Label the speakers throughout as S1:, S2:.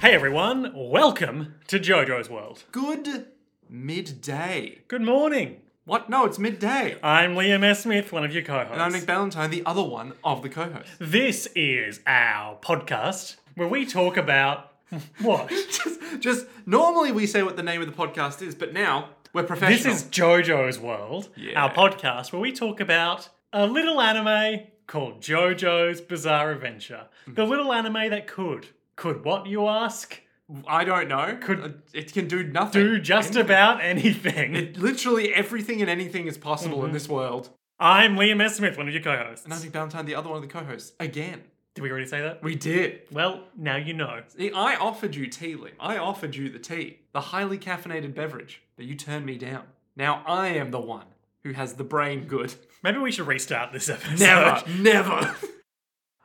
S1: Hey everyone, welcome to JoJo's World.
S2: Good midday.
S1: Good morning.
S2: What? No, it's midday. Uh,
S1: I'm Liam S. Smith, one of your co
S2: And I'm Nick
S1: hosts.
S2: Ballantyne, the other one of the co hosts.
S1: This is our podcast where we talk about what?
S2: Just, just normally we say what the name of the podcast is, but now we're professional.
S1: this is JoJo's World,
S2: Yeah.
S1: our podcast where we talk about a little anime called JoJo's Bizarre Adventure. The
S2: Mm.
S1: little anime that could. Could what, you ask?
S2: I don't know.
S1: Could-
S2: Uh, it can do nothing.
S1: Do just about anything.
S2: It- literally everything and anything is possible
S1: Mm-hmm.
S2: in this world.
S1: I'm Liam S. Smith, one of your co
S2: And I'm
S1: hosts.
S2: Nick Ballantyne, the other one of the co hosts. Again.
S1: Did we already say that?
S2: We did.
S1: Well, now you know.
S2: See, I offered you tea, Liam. I offered you the tea, the highly caffeinated beverage, but you turned me down. Now I am the one who has the brain good.
S1: Maybe we should restart this episode.
S2: Never, never.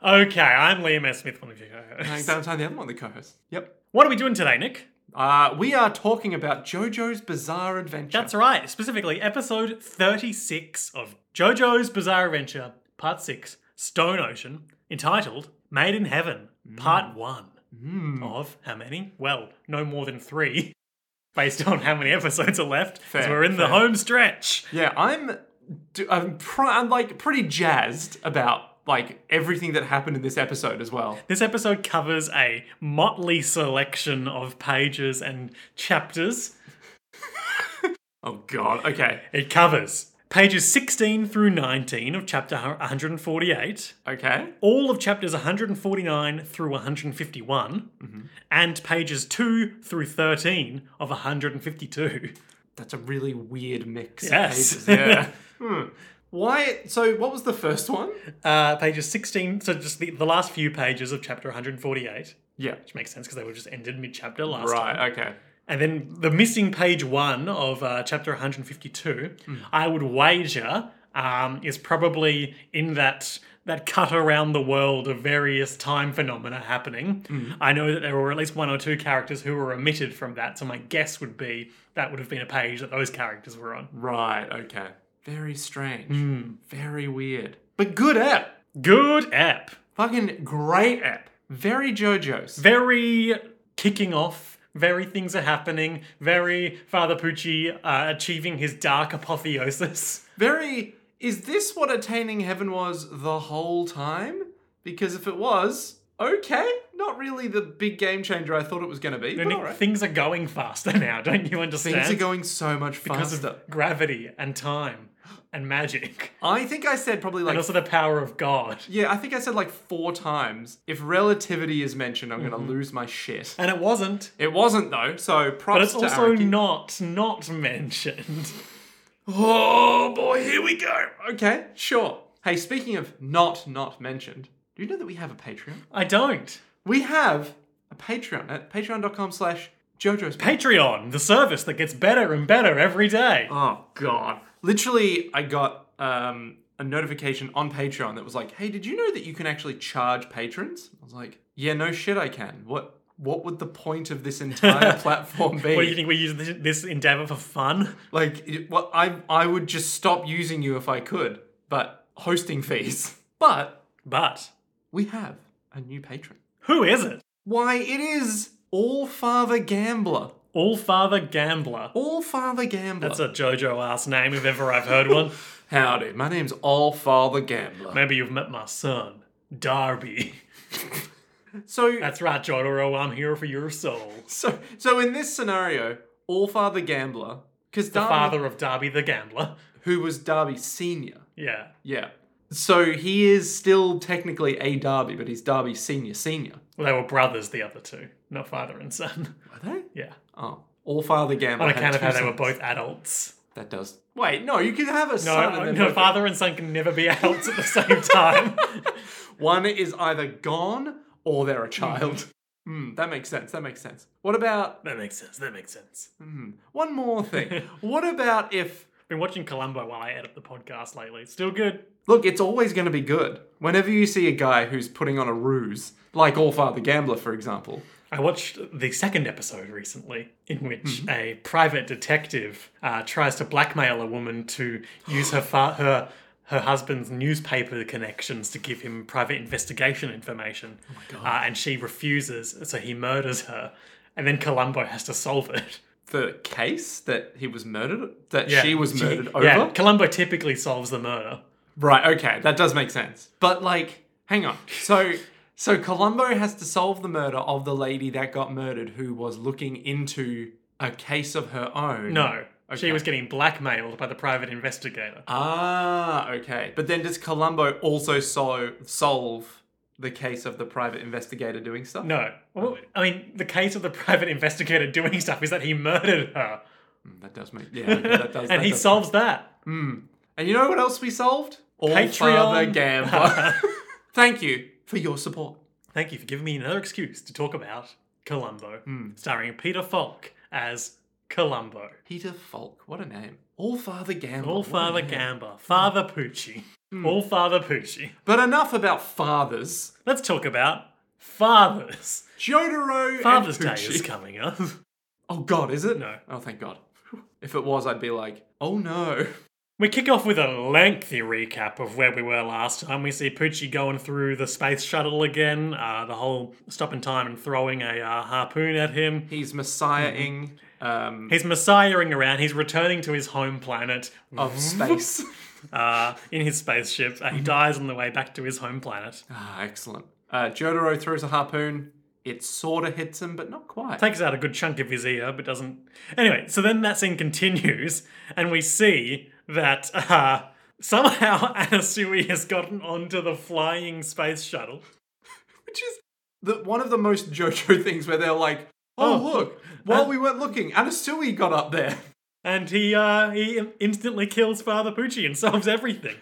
S1: Okay, I'm Liam S. Smith, one of your
S2: Hank
S1: co-hosts.
S2: Valentine, the other one, the co-host. Yep.
S1: What are we doing today, Nick?
S2: Uh, we are talking about JoJo's Bizarre Adventure.
S1: That's right, specifically episode 36 of JoJo's Bizarre Adventure, part 6, Stone Ocean, entitled Made in Heaven,
S2: Mm.
S1: part 1 of how many? Well, no more than three, based on how many episodes are left, because
S2: Fair,
S1: we're in the
S2: fair.
S1: home stretch.
S2: Yeah, I'm. d- I'm, pr- I'm like pretty jazzed about like everything that happened in this episode as well.
S1: This episode covers a motley selection of pages and chapters.
S2: Oh God. Okay.
S1: It covers pages 16 through 19 of chapter 148,
S2: Okay.
S1: all of chapters 149 through 151, and pages 2 through 13 of 152.
S2: That's a really weird mix. of
S1: Yes.
S2: pages, Yeah. hmm. Why? So what was the first one?
S1: Uh, pages 16, so just the, the last few pages of chapter 148,
S2: Yeah.
S1: which makes sense because they were just ended mid chapter last time.
S2: Right. Okay.
S1: And then the missing page one of uh, chapter 152, I would wager, um, is probably in that that cut around the world of various time phenomena happening. I know that there were at least one or two characters who were omitted from that, so my guess would be that would have been a page that those characters were on.
S2: Right. Okay. Very strange.
S1: Hmm.
S2: Very weird. But good app.
S1: Good app.
S2: Fucking great app. Very JoJo's.
S1: Very kicking off. Very things are happening. Very Father Pucci uh, achieving his dark apotheosis.
S2: Very. Is this what attaining heaven was the whole time? Because if it was, okay, not really the big game changer I thought it was going to be. But
S1: Nick,
S2: all right.
S1: Things are going faster now, don't you understand?
S2: Things are going so much
S1: because
S2: faster.
S1: of gravity and time and magic,
S2: I think I said probably like.
S1: and also the power of God.
S2: yeah, I think I said like four times. If relativity is mentioned, I'm
S1: Mm-hmm.
S2: going to lose my shit.
S1: And it wasn't,
S2: It wasn't though, so props
S1: but it's
S2: to
S1: also
S2: Araki.
S1: not not mentioned.
S2: Oh boy, here we go. Okay, sure. Hey, speaking of not not mentioned, do you know that we have a Patreon?
S1: I don't.
S2: We have a Patreon at patreon.com slash JoJo's.
S1: Patreon, the service that gets better and better every day.
S2: oh, God. Literally, I got um, a notification on Patreon that was like, hey, did you know that you can actually charge patrons? I was like, yeah, no shit, I can. What What would the point of this entire platform be?
S1: What do you think we use this, this endeavor for fun?
S2: Like, it- well, I, I would just stop using you if I could, but hosting fees. But
S1: But
S2: we have a new patron.
S1: who is it?
S2: Why, it is All Father Gambler.
S1: All Father Gambler.
S2: All Father Gambler.
S1: That's a JoJo ass name if ever I've heard one.
S2: Howdy, my name's All Father Gambler.
S1: Maybe you've met my son, Darby.
S2: So,
S1: That's right, Jotaro. I'm here for your soul.
S2: so, so in this scenario, All Father Gambler, because Darby,
S1: Father of Darby the Gambler.
S2: who was Darby Senior,
S1: Yeah.
S2: yeah. So he is still technically a Darby, but he's Darby Senior Senior.
S1: Well, they were brothers, the other two, not father and son.
S2: Are they?
S1: Yeah.
S2: Oh, All Father Gambler.
S1: On account
S2: had
S1: of
S2: two
S1: how they were
S2: sons.
S1: both adults.
S2: That does. Wait, no, you can have a
S1: No,
S2: son. and then
S1: no
S2: both-
S1: father and son can never be adults at the same time.
S2: One is either gone or they're a child. Hmm, that makes sense. That makes sense. What about
S1: that makes sense. That makes sense.
S2: hmm, one more thing? what about if
S1: Been watching Columbo while I edit the podcast lately. It's Still good.
S2: Look, it's always going to be good. Whenever you see a guy who's putting on a ruse, like All Father Gambler, for example.
S1: I watched the second episode recently in which
S2: Mm-hmm.
S1: a private detective uh, tries to blackmail a woman to use her fa- her her husband's newspaper connections to give him private investigation information. Oh my God. Uh, and she refuses, so he murders her. And then Columbo has to solve it.
S2: The case that he was murdered, that she was murdered over.
S1: Yeah, Columbo typically solves the murder.
S2: Right, okay, that does make sense. But like, hang on. So so Columbo has to solve the murder of the lady that got murdered who was looking into a case of her own.
S1: No,
S2: Okay.
S1: she was getting blackmailed by the private investigator.
S2: Ah, okay. But then does Columbo also so- solve the case of the private investigator doing stuff?
S1: No. Well, I mean, the case of the private investigator doing stuff is that he murdered her.
S2: Mm, That does make yeah, okay, that does.
S1: and
S2: that
S1: he
S2: does-
S1: solves that.
S2: And you know what else we solved? All
S1: Patreon.
S2: Father Gamba. Thank you for your support.
S1: Thank you for giving me another excuse to talk about Columbo,
S2: Hmm.
S1: starring Peter Falk as Columbo.
S2: Peter Falk, what a name. All Father Gamba.
S1: All
S2: what Hmm. a
S1: Father
S2: name.
S1: Gamba, Father Poochie, All Father Poochie.
S2: But enough about fathers.
S1: Let's talk about fathers.
S2: Jotaro
S1: Father's
S2: and
S1: Day
S2: Pucci.
S1: is coming up.
S2: Oh God, is it?
S1: No.
S2: Oh thank God. If it was, I'd be like, oh no.
S1: We kick off with a lengthy recap of where we were last time. We see Poochie going through the space shuttle again, uh, the whole stopping time and throwing a uh, harpoon at him.
S2: He's messiahing
S1: Mm-hmm.
S2: um,
S1: He's messiahing around, he's returning to his home planet
S2: of space.
S1: uh, in his spaceship. Uh, he dies on the way back to his home planet.
S2: ah, excellent. Uh, Jotaro throws a harpoon. It sorta hits him, but not quite.
S1: Takes out a good chunk of his ear, but doesn't. Anyway, so then that scene continues, and we see that uh, somehow Anasui has gotten onto the flying space shuttle.
S2: Which is the, one of the most JoJo things where they're like, oh,
S1: Oh.
S2: look, while we weren't looking, Anasui got up there.
S1: And he uh, he instantly kills Father Pucci and solves everything.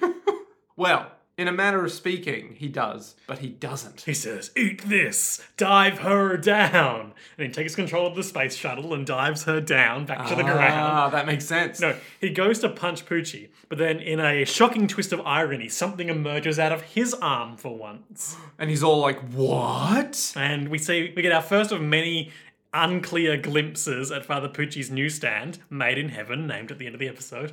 S2: Well, in a manner of speaking, he does, but he doesn't.
S1: he says, "Eat this, dive her down," and he takes control of the space shuttle and dives her down back to the ground.
S2: Ah, that makes sense.
S1: No, he goes to punch Pucci, but then in a shocking twist of irony, something emerges out of his arm for once,
S2: And he's all like, what?
S1: and we see we get our first of many. Unclear glimpses at Father Pucci's newsstand, made in heaven, named at the end of the episode.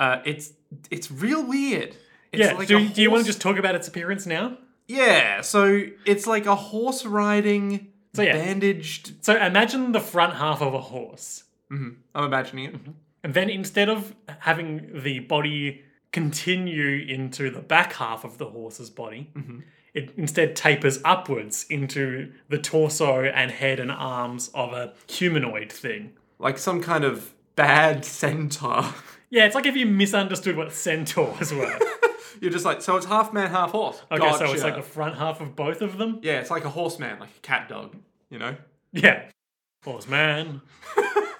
S2: Uh, it's it's real weird. It's
S1: Yeah, do,
S2: a
S1: do you want
S2: horse-
S1: to just talk about its appearance now?
S2: Yeah, so it's like a horse riding,
S1: yeah.
S2: bandaged.
S1: So imagine the front half of a horse.
S2: I'm imagining it.
S1: And then instead of having the body continue into the back half of the horse's body,
S2: Mm-hmm.
S1: it instead tapers upwards into the torso and head and arms of a humanoid thing.
S2: Like some kind of bad centaur.
S1: Yeah, it's like if you misunderstood what centaurs were.
S2: You're just like, so it's half man, half horse.
S1: Okay,
S2: gotcha.
S1: so it's like the front half of both of them.
S2: Yeah, it's like a horseman, like a cat dog, you know?
S1: Yeah. Horseman.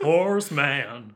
S1: Horseman.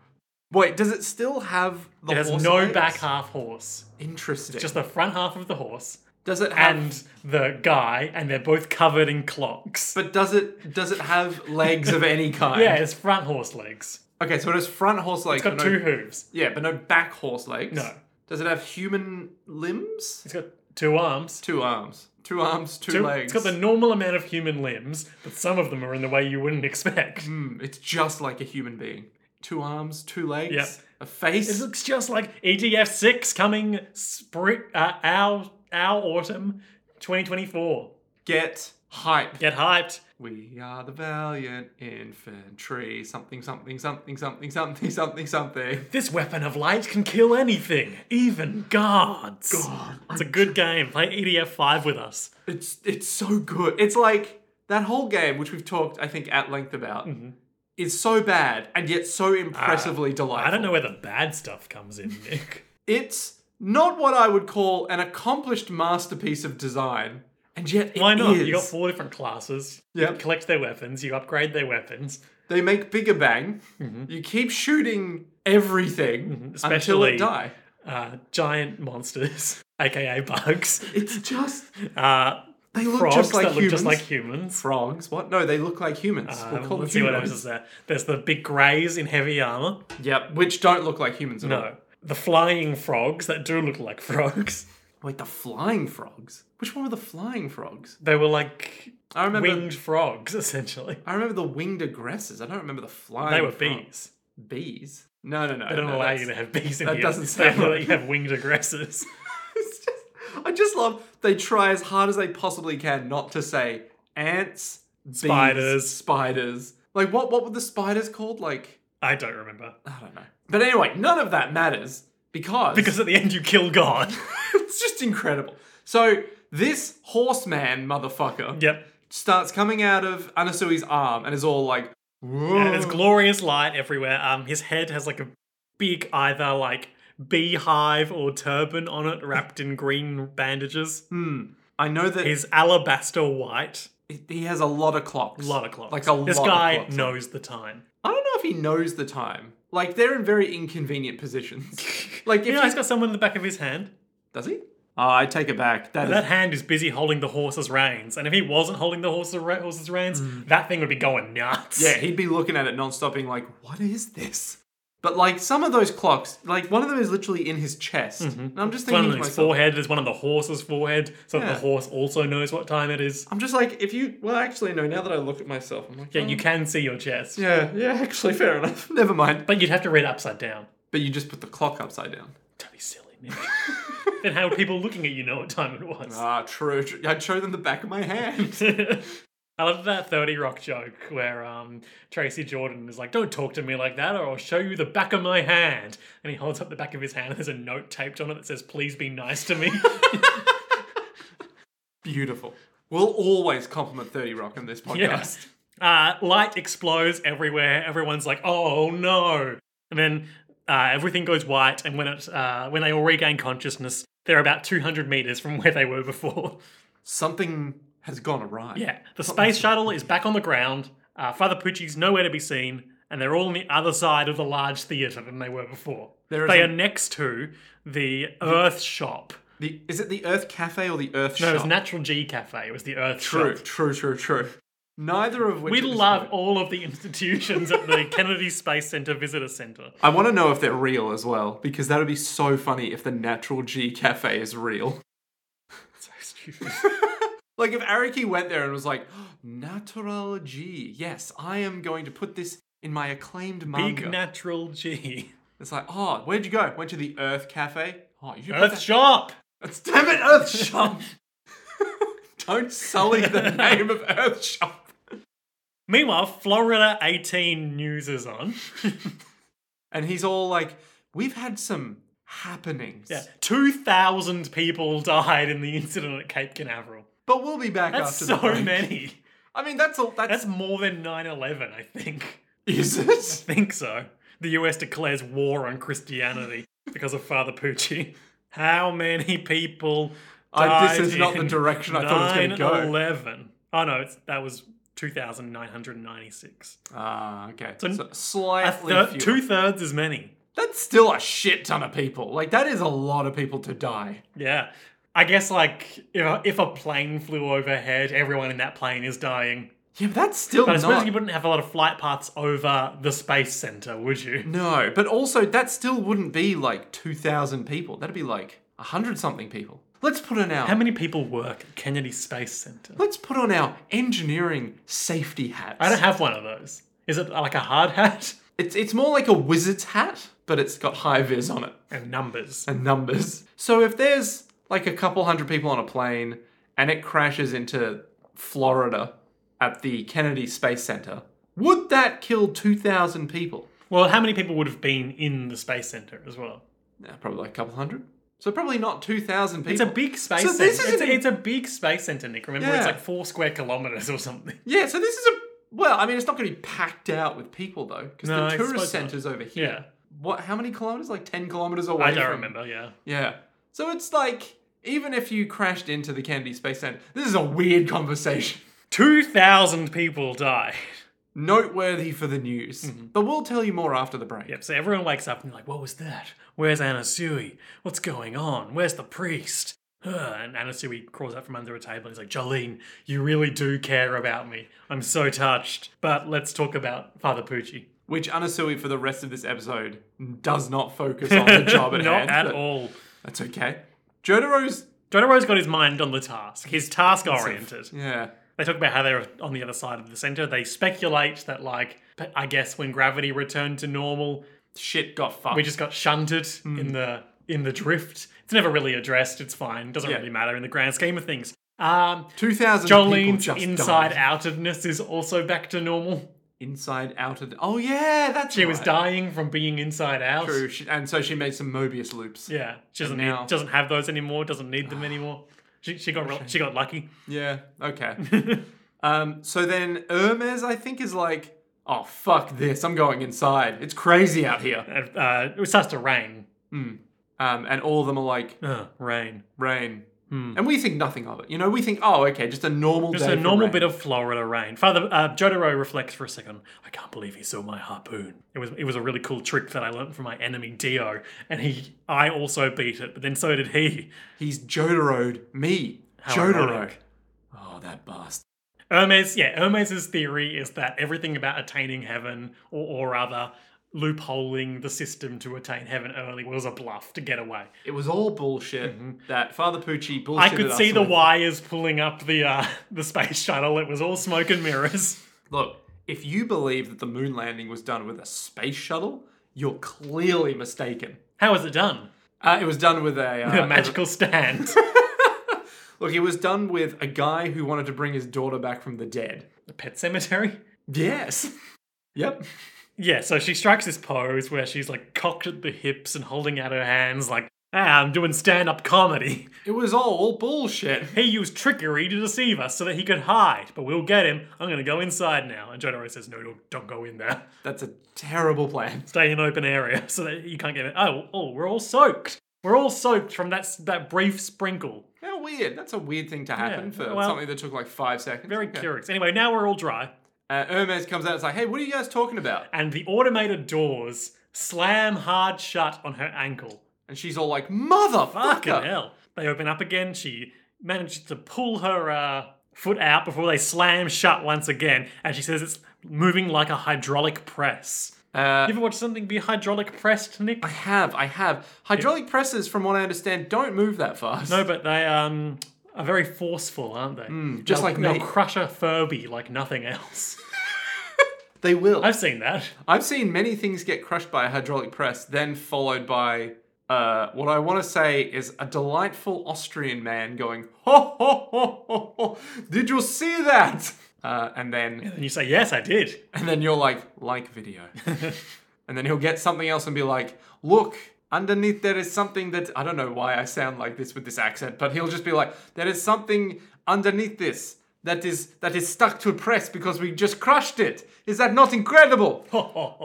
S2: Wait, does it still have the
S1: It has
S2: horse
S1: no
S2: legs?
S1: back half horse.
S2: Interesting.
S1: Just the front half of the horse
S2: does it have
S1: and the guy, and they're both covered in clocks.
S2: but does it does it have legs of any kind?
S1: Yeah, it's front horse legs.
S2: Okay, so it has front horse legs.
S1: It's got
S2: but no,
S1: two hooves.
S2: Yeah, but no back horse legs.
S1: No.
S2: Does it have human limbs?
S1: It's got two arms.
S2: Two arms. Two arms, two,
S1: Two-
S2: legs.
S1: It's got the normal amount of human limbs, but some of them are in the way you wouldn't expect.
S2: Mm, it's just like a human being. Two arms, two legs,
S1: Yep.
S2: a
S1: It
S2: face.
S1: looks just like EDF six coming spring, uh, our our autumn, twenty twenty four.
S2: Get hype.
S1: Get hyped.
S2: We are the valiant infantry. Something, something, something, something, something, something, something.
S1: This weapon of light can kill anything, even gods. It's a good game. Play EDF five with us.
S2: It's it's so good. It's like that whole game, which we've talked, I think, at length about, is so bad and yet so impressively delightful.
S1: Mm-hmm. Ah, I don't know where the bad stuff comes in, Nick.
S2: It's not what I would call an accomplished masterpiece of design, and yet it
S1: Why not?
S2: is.
S1: You got four different classes.
S2: Yep.
S1: You collect their weapons. You upgrade their weapons.
S2: They make bigger bang.
S1: Mm-hmm.
S2: You keep shooting everything until
S1: Especially-
S2: it die.
S1: Uh, giant monsters, aka bugs.
S2: It's just
S1: Uh,
S2: they look
S1: frogs
S2: just
S1: that
S2: like
S1: look
S2: humans.
S1: just like humans.
S2: frogs. What? No, they look like humans.
S1: Uh,
S2: we'll call them
S1: let's see what else
S2: humans.
S1: is there. There's the big greys in heavy armor.
S2: Yep, which don't look like humans at all.
S1: No. The flying frogs that do look like frogs.
S2: Wait, the flying frogs. Which one were the flying frogs?
S1: They were like
S2: I remember.
S1: winged frogs, essentially.
S2: I remember the winged aggressors. I don't remember the flying.
S1: They were
S2: frog-
S1: bees.
S2: Bees. No, no, no.
S1: They don't
S2: no,
S1: allow
S2: that's-
S1: you to have bees in
S2: that
S1: here.
S2: doesn't sound
S1: They will
S2: right.
S1: let you have winged aggressors.
S2: I just love they try as hard as they possibly can not to say ants, bees,
S1: Spiders.
S2: spiders. Like what? What were the spiders called? Like
S1: I don't remember.
S2: I don't know. But anyway, none of that matters because
S1: Because at the end you kill God.
S2: it's just incredible. So this horseman motherfucker
S1: yep.
S2: starts coming out of Anasui's arm and is all like, "Whoa."
S1: And there's glorious light everywhere. Um, his head has like a big either like beehive or turban on it, wrapped in green bandages.
S2: Hmm. I know that
S1: He's alabaster white.
S2: he has a lot of clocks.
S1: A lot of clocks.
S2: Like a
S1: this
S2: lot of
S1: guy
S2: clocks.
S1: knows the time.
S2: I don't know if he knows the time. Like they're in very inconvenient positions. Like if
S1: You know,
S2: he-
S1: he's got someone in the back of his hand.
S2: does he? Oh, I take it back. That
S1: That
S2: is
S1: hand is busy holding the horse's reins, and if he wasn't holding the horse's, re- horse's reins, that thing would be going nuts.
S2: Hmm. yeah. He'd be looking at it non-stop, being like, "What is this?" But like some of those clocks, like one of them is literally in his chest, and I'm just
S1: It's Mm-hmm. one
S2: thinking
S1: on
S2: to
S1: his
S2: myself,
S1: forehead, there's one on the horse's forehead, so that
S2: Yeah.
S1: the horse also knows what time it is.
S2: I'm just like, if you well, actually, no. Now that I look at myself, I'm like,
S1: Yeah,
S2: oh,
S1: you can see your chest.
S2: yeah, yeah. Actually, fair enough. Never mind.
S1: But you'd have to read upside down.
S2: But you just put the clock upside down.
S1: Don't be silly, man. then how would people looking at you know what time it was?
S2: Ah, true. true. I'd show them the back of my hand.
S1: I love that 30 Rock joke where um, Tracy Jordan is like, Don't talk to me like that or I'll show you the back of my hand. And he holds up the back of his hand and there's a note taped on it that says, Please be nice to me.
S2: Beautiful. We'll always compliment Thirty Rock in this podcast.
S1: Yes. Uh, light explodes everywhere. Everyone's like, "Oh no!" And then uh, everything goes white. And when it uh, when they all regain consciousness, they're about two hundred meters from where they were before.
S2: Something has gone awry.
S1: yeah, the space shuttle is back on the ground. Uh, Father Pucci's nowhere to be seen, and they're all on the other side of the large theater than they were before.
S2: There is
S1: they
S2: a-
S1: are next to the Earth Shop.
S2: The, is it the Earth Cafe or the Earth
S1: No, it
S2: Shop?
S1: was Natural G Cafe. It was the Earth
S2: true,
S1: Shop.
S2: true, true, true. Neither of which.
S1: We
S2: at this
S1: love
S2: point-
S1: all of the institutions at the Kennedy Space Center Visitor Center.
S2: I want to know if they're real as well, because that would be so funny if the Natural G Cafe is real.
S1: So stupid.
S2: Like if Araki went there and was like, Natural G, yes, I am going to put this in my acclaimed manga.
S1: Big natural G.
S2: it's like, oh, where'd you go? Went to the Earth Cafe. Oh, you should put
S1: Earth Shop.
S2: It's damn it, Earth Shop. Don't sully the name of Earth Shop.
S1: Meanwhile, Florida 18 news is on.
S2: And he's all like, "We've had some happenings,
S1: Yeah, 2,000 people died in the incident at Cape Canaveral.
S2: but we'll be back
S1: That's
S2: after
S1: so
S2: the break."
S1: many.
S2: I mean, that's all. That's,
S1: That's more than 9 11, I think.
S2: is it?
S1: Think so. The US declares war on Christianity because of Father Pucci. How many people
S2: I-
S1: died
S2: this is not the
S1: in
S2: direction I thought it was gonna go.
S1: 9/11? Oh no, it's, that was 2,996.
S2: Ah, okay.
S1: So-
S2: So
S1: A
S2: slightly
S1: thir-
S2: fewer.
S1: two thirds as many.
S2: That's still a shit ton of people. Like that is a lot of people to die.
S1: Yeah. I guess, like, if a, if a plane flew overhead, everyone in that plane is dying.
S2: Yeah, but that's still
S1: But I suppose
S2: not.
S1: you wouldn't have a lot of flight paths over the space center, would you?
S2: no, but also that still wouldn't be like two thousand people. That'd be like hundred something people. Let's put an out.
S1: How many people work at Kennedy Space Center?
S2: Let's put on our engineering safety hats.
S1: I don't have one of those. Is it like a hard hat?
S2: It's it's more like a wizard's hat, but it's got high vis on it
S1: And numbers.
S2: and numbers. So if there's like a couple hundred people on a plane and it crashes into Florida at the Kennedy Space Center, would that kill 2,000 people?
S1: Well, how many people would have been in the space center as well?
S2: Nah, probably like a couple hundred. So probably not 2,000 people.
S1: It's a big space
S2: So
S1: center.
S2: this
S1: It's
S2: isn't-
S1: a, it's a big space center, Nick. Remember,
S2: Yeah.
S1: it's like four square kilometers or something.
S2: yeah, so this is a. Well, I mean, it's not going to be packed out with people though, because
S1: No, I
S2: the
S1: suppose
S2: tourist
S1: not.
S2: center's over here.
S1: Yeah.
S2: What? How many kilometers? Like ten kilometers away.
S1: I don't
S2: from-
S1: remember, yeah.
S2: Yeah. So it's like, even if you crashed into the Kennedy Space Center, this is a weird conversation.
S1: 2,000 people die.
S2: Noteworthy for the news. But we'll tell you more after the break.
S1: Mm-hmm. Yep, so everyone wakes up and they're like, what was that? Where's Anasui? What's going on? Where's the priest? Ugh. And Anasui crawls out from under a table and he's like, Jolene, you really do care about me. I'm so touched. But let's talk about Father Pucci.
S2: Which Anasui, for the rest of this episode, does not focus on the job at
S1: Not
S2: hand.
S1: at
S2: but
S1: all.
S2: That's okay. Jotaro's.
S1: Jotaro's got his mind on the task. He's task oriented.
S2: Yeah.
S1: They talk about how they're on the other side of the center. They speculate that, like, I guess when gravity returned to normal,
S2: Shit got fucked. Hmm.
S1: we just got shunted in the in the drift It's never really addressed. It's fine. Doesn't
S2: Yeah.
S1: really matter in the grand scheme of things. Um,
S2: 2,000 people
S1: Jolene's
S2: just
S1: inside
S2: died.
S1: outedness is also back to normal.
S2: Inside out. of- Oh, yeah, that's
S1: She was
S2: right.
S1: dying from being inside out.
S2: True. She, and so she made some Mobius loops.
S1: Yeah, she doesn't
S2: And now- Ah.
S1: need, doesn't have those anymore. Doesn't need them anymore. She, she got re- she got lucky.
S2: Yeah. Okay. um, so then Hermes, I think, is like, oh, fuck this. I'm going inside. It's crazy out here.
S1: And, Uh, it starts to rain.
S2: Um, and all of them are like,
S1: Ugh, rain.
S2: Uh, rain. And we think nothing of it. You know, we think, oh, okay, just a normal
S1: Hmm. Just
S2: day.
S1: a
S2: for
S1: normal
S2: rain.
S1: bit of Florida rain. Father uh, Jotaro reflects for a second. I can't believe he saw my harpoon. It was it was a really cool trick that I learned from my enemy Dio, and he I also beat it, but then so did he.
S2: He's Jodorode me.
S1: How
S2: Jodorode.
S1: ironic.
S2: Oh, that bastard.
S1: Hermes, yeah, Hermes's theory is that everything about attaining heaven, or, or rather loopholing the system to attain heaven early, was a bluff to get away.
S2: It was all bullshit that Father Pucci bullshitted
S1: Mm-hmm. I could
S2: us
S1: see the
S2: with.
S1: wires pulling up the uh, the space shuttle. It was all smoke and mirrors.
S2: Look, if you believe that the moon landing was done with a space shuttle, you're clearly mistaken.
S1: How was it done?
S2: Uh, it was done with a, uh,
S1: A magical stand.
S2: Look, it was done with a guy who wanted to bring his daughter back from the dead.
S1: the pet cemetery.
S2: Yes. yep.
S1: Yeah, so she strikes this pose where she's like cocked at the hips and holding out her hands, like, ah, I'm doing stand up comedy.
S2: It was all bullshit.
S1: He used trickery to deceive us so that he could hide, but we'll get him. I'm gonna go inside now. And Jotaro says, No, don't, don't go in there.
S2: That's a terrible plan.
S1: Stay in an open area so that you can't get in. Oh, oh, we're all soaked. We're all soaked from that, s- that brief sprinkle.
S2: How weird. That's a weird thing to happen
S1: Yeah,
S2: for
S1: well-
S2: something that took like five seconds.
S1: Very
S2: Okay.
S1: curious. Anyway, now we're all dry.
S2: Uh, Hermes comes out and is like, hey, what are you guys talking about?
S1: and the automated doors slam hard shut on her ankle.
S2: And she's all like, motherfucker.
S1: Fucking hell. They open up again. She manages to pull her uh, foot out before they slam shut once again. And she says it's moving like a hydraulic press.
S2: Uh,
S1: You ever watch something be hydraulic pressed, Nick?
S2: I have, I have. Hydraulic presses, from what I understand, don't move that fast.
S1: No, but they um, are very forceful, aren't they?
S2: Hmm, just
S1: they'll,
S2: like
S1: they'll
S2: me.
S1: crush a Furby like nothing else.
S2: They will. I've,
S1: I've seen that.
S2: seen many things get crushed by a hydraulic press, then followed by uh, what I want to say is a delightful Austrian man going, ho, ho, ho, ho, ho. Did you see that? Uh, and then,
S1: And you say, yes, I did.
S2: and then you're like, like video. and then he'll get something else and be like, look, underneath there is something that, I don't know why I sound like this with this accent, but he'll just be like, there is something underneath this. That is that is stuck to a press because we just crushed it. Is that not incredible?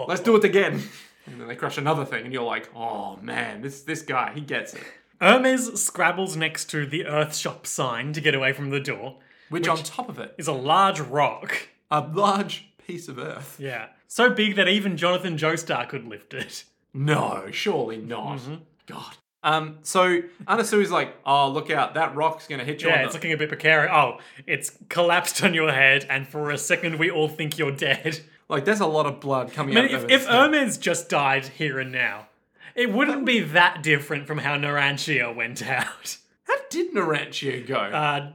S2: Let's do it again. And then they crush another thing, and you're like, oh man, this this guy, he gets it.
S1: Hermes scrabbles next to the Earth Shop sign to get away from the door.
S2: Which, on top of it,
S1: is a large rock.
S2: a large piece of earth.
S1: Yeah. So big that even Jonathan Joestar could lift it.
S2: No, surely not. God. Mm-hmm. Um, so Anasu's like, oh look out, that rock's gonna hit you
S1: Yeah,
S2: on
S1: it's
S2: the
S1: looking a bit precarious. Oh, it's collapsed on your head, and for a second we all think you're dead.
S2: like there's a lot of blood coming
S1: I mean,
S2: out
S1: if,
S2: of
S1: if
S2: this thing.
S1: Ermin's just died here and now, it wouldn't be that different from how Narantia went out.
S2: How did Narantia go?
S1: Uh,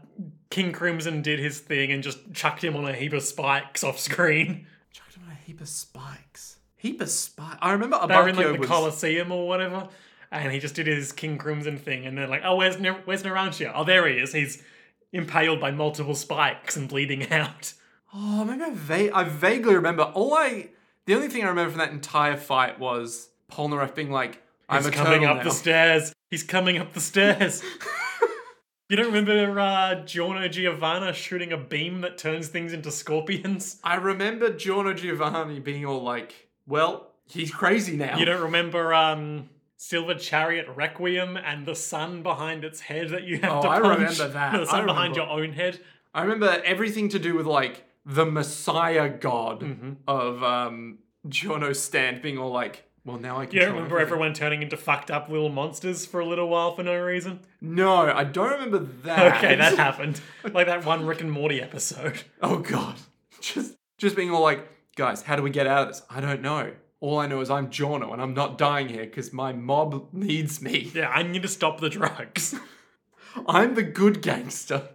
S1: King Crimson did his thing and just chucked him on a heap of spikes off screen.
S2: Chucked him on a heap of spikes. Heap of spikes. I remember
S1: They were in
S2: Abakio
S1: like the
S2: was
S1: Colosseum or whatever, and he just did his King Crimson thing, and they're like, "Oh, where's Ner- where's Narantia? Oh, there he is. He's impaled by multiple spikes and bleeding out."
S2: Oh, maybe I, va- I vaguely remember. All I, the only thing I remember from that entire fight was Polnareff being like, "I'm
S1: He's
S2: a
S1: coming up
S2: now.
S1: the stairs. He's coming up the stairs. you don't remember uh, Giorno Giovanna shooting a beam that turns things into scorpions?
S2: I remember Giorno Giovanni being all like, "Well, he's crazy now."
S1: You don't remember um, Silver Chariot Requiem and the sun behind its head that you have
S2: Oh,
S1: to
S2: I
S1: punch?
S2: remember that.
S1: The sun
S2: I
S1: behind
S2: remember.
S1: your own head.
S2: I remember everything to do with like the Messiah God
S1: Mm-hmm.
S2: of um, Giorno's stand being all like, "Well, now I can."
S1: You don't remember everyone turning into fucked up little monsters for a little while for no reason?
S2: No, I don't remember that.
S1: Okay, that happened. Like that one Rick and Morty episode.
S2: Oh God, just just being all like, guys, how do we get out of this? I don't know. All I know is I'm Jono and I'm not dying here because my mob needs me.
S1: Yeah, I need to stop the drugs.
S2: I'm the good gangster.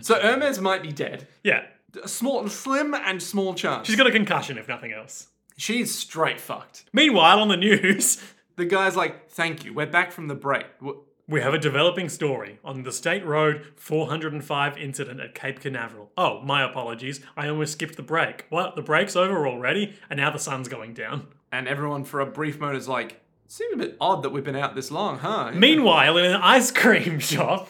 S2: So Hermes might be dead.
S1: Yeah,
S2: A Small, slim, and small chance.
S1: she's got a concussion if nothing else.
S2: She's straight fucked.
S1: Meanwhile, on the news,
S2: The guy's like, "Thank you. We're back from the break. W-
S1: We have a developing story on the State Road 405 incident at Cape Canaveral. Oh, my apologies. I almost skipped the break. What? The break's over already, and now the sun's going down.
S2: And everyone for a brief moment is like, seems a bit odd that we've been out this long, huh?
S1: Meanwhile, in an ice cream shop,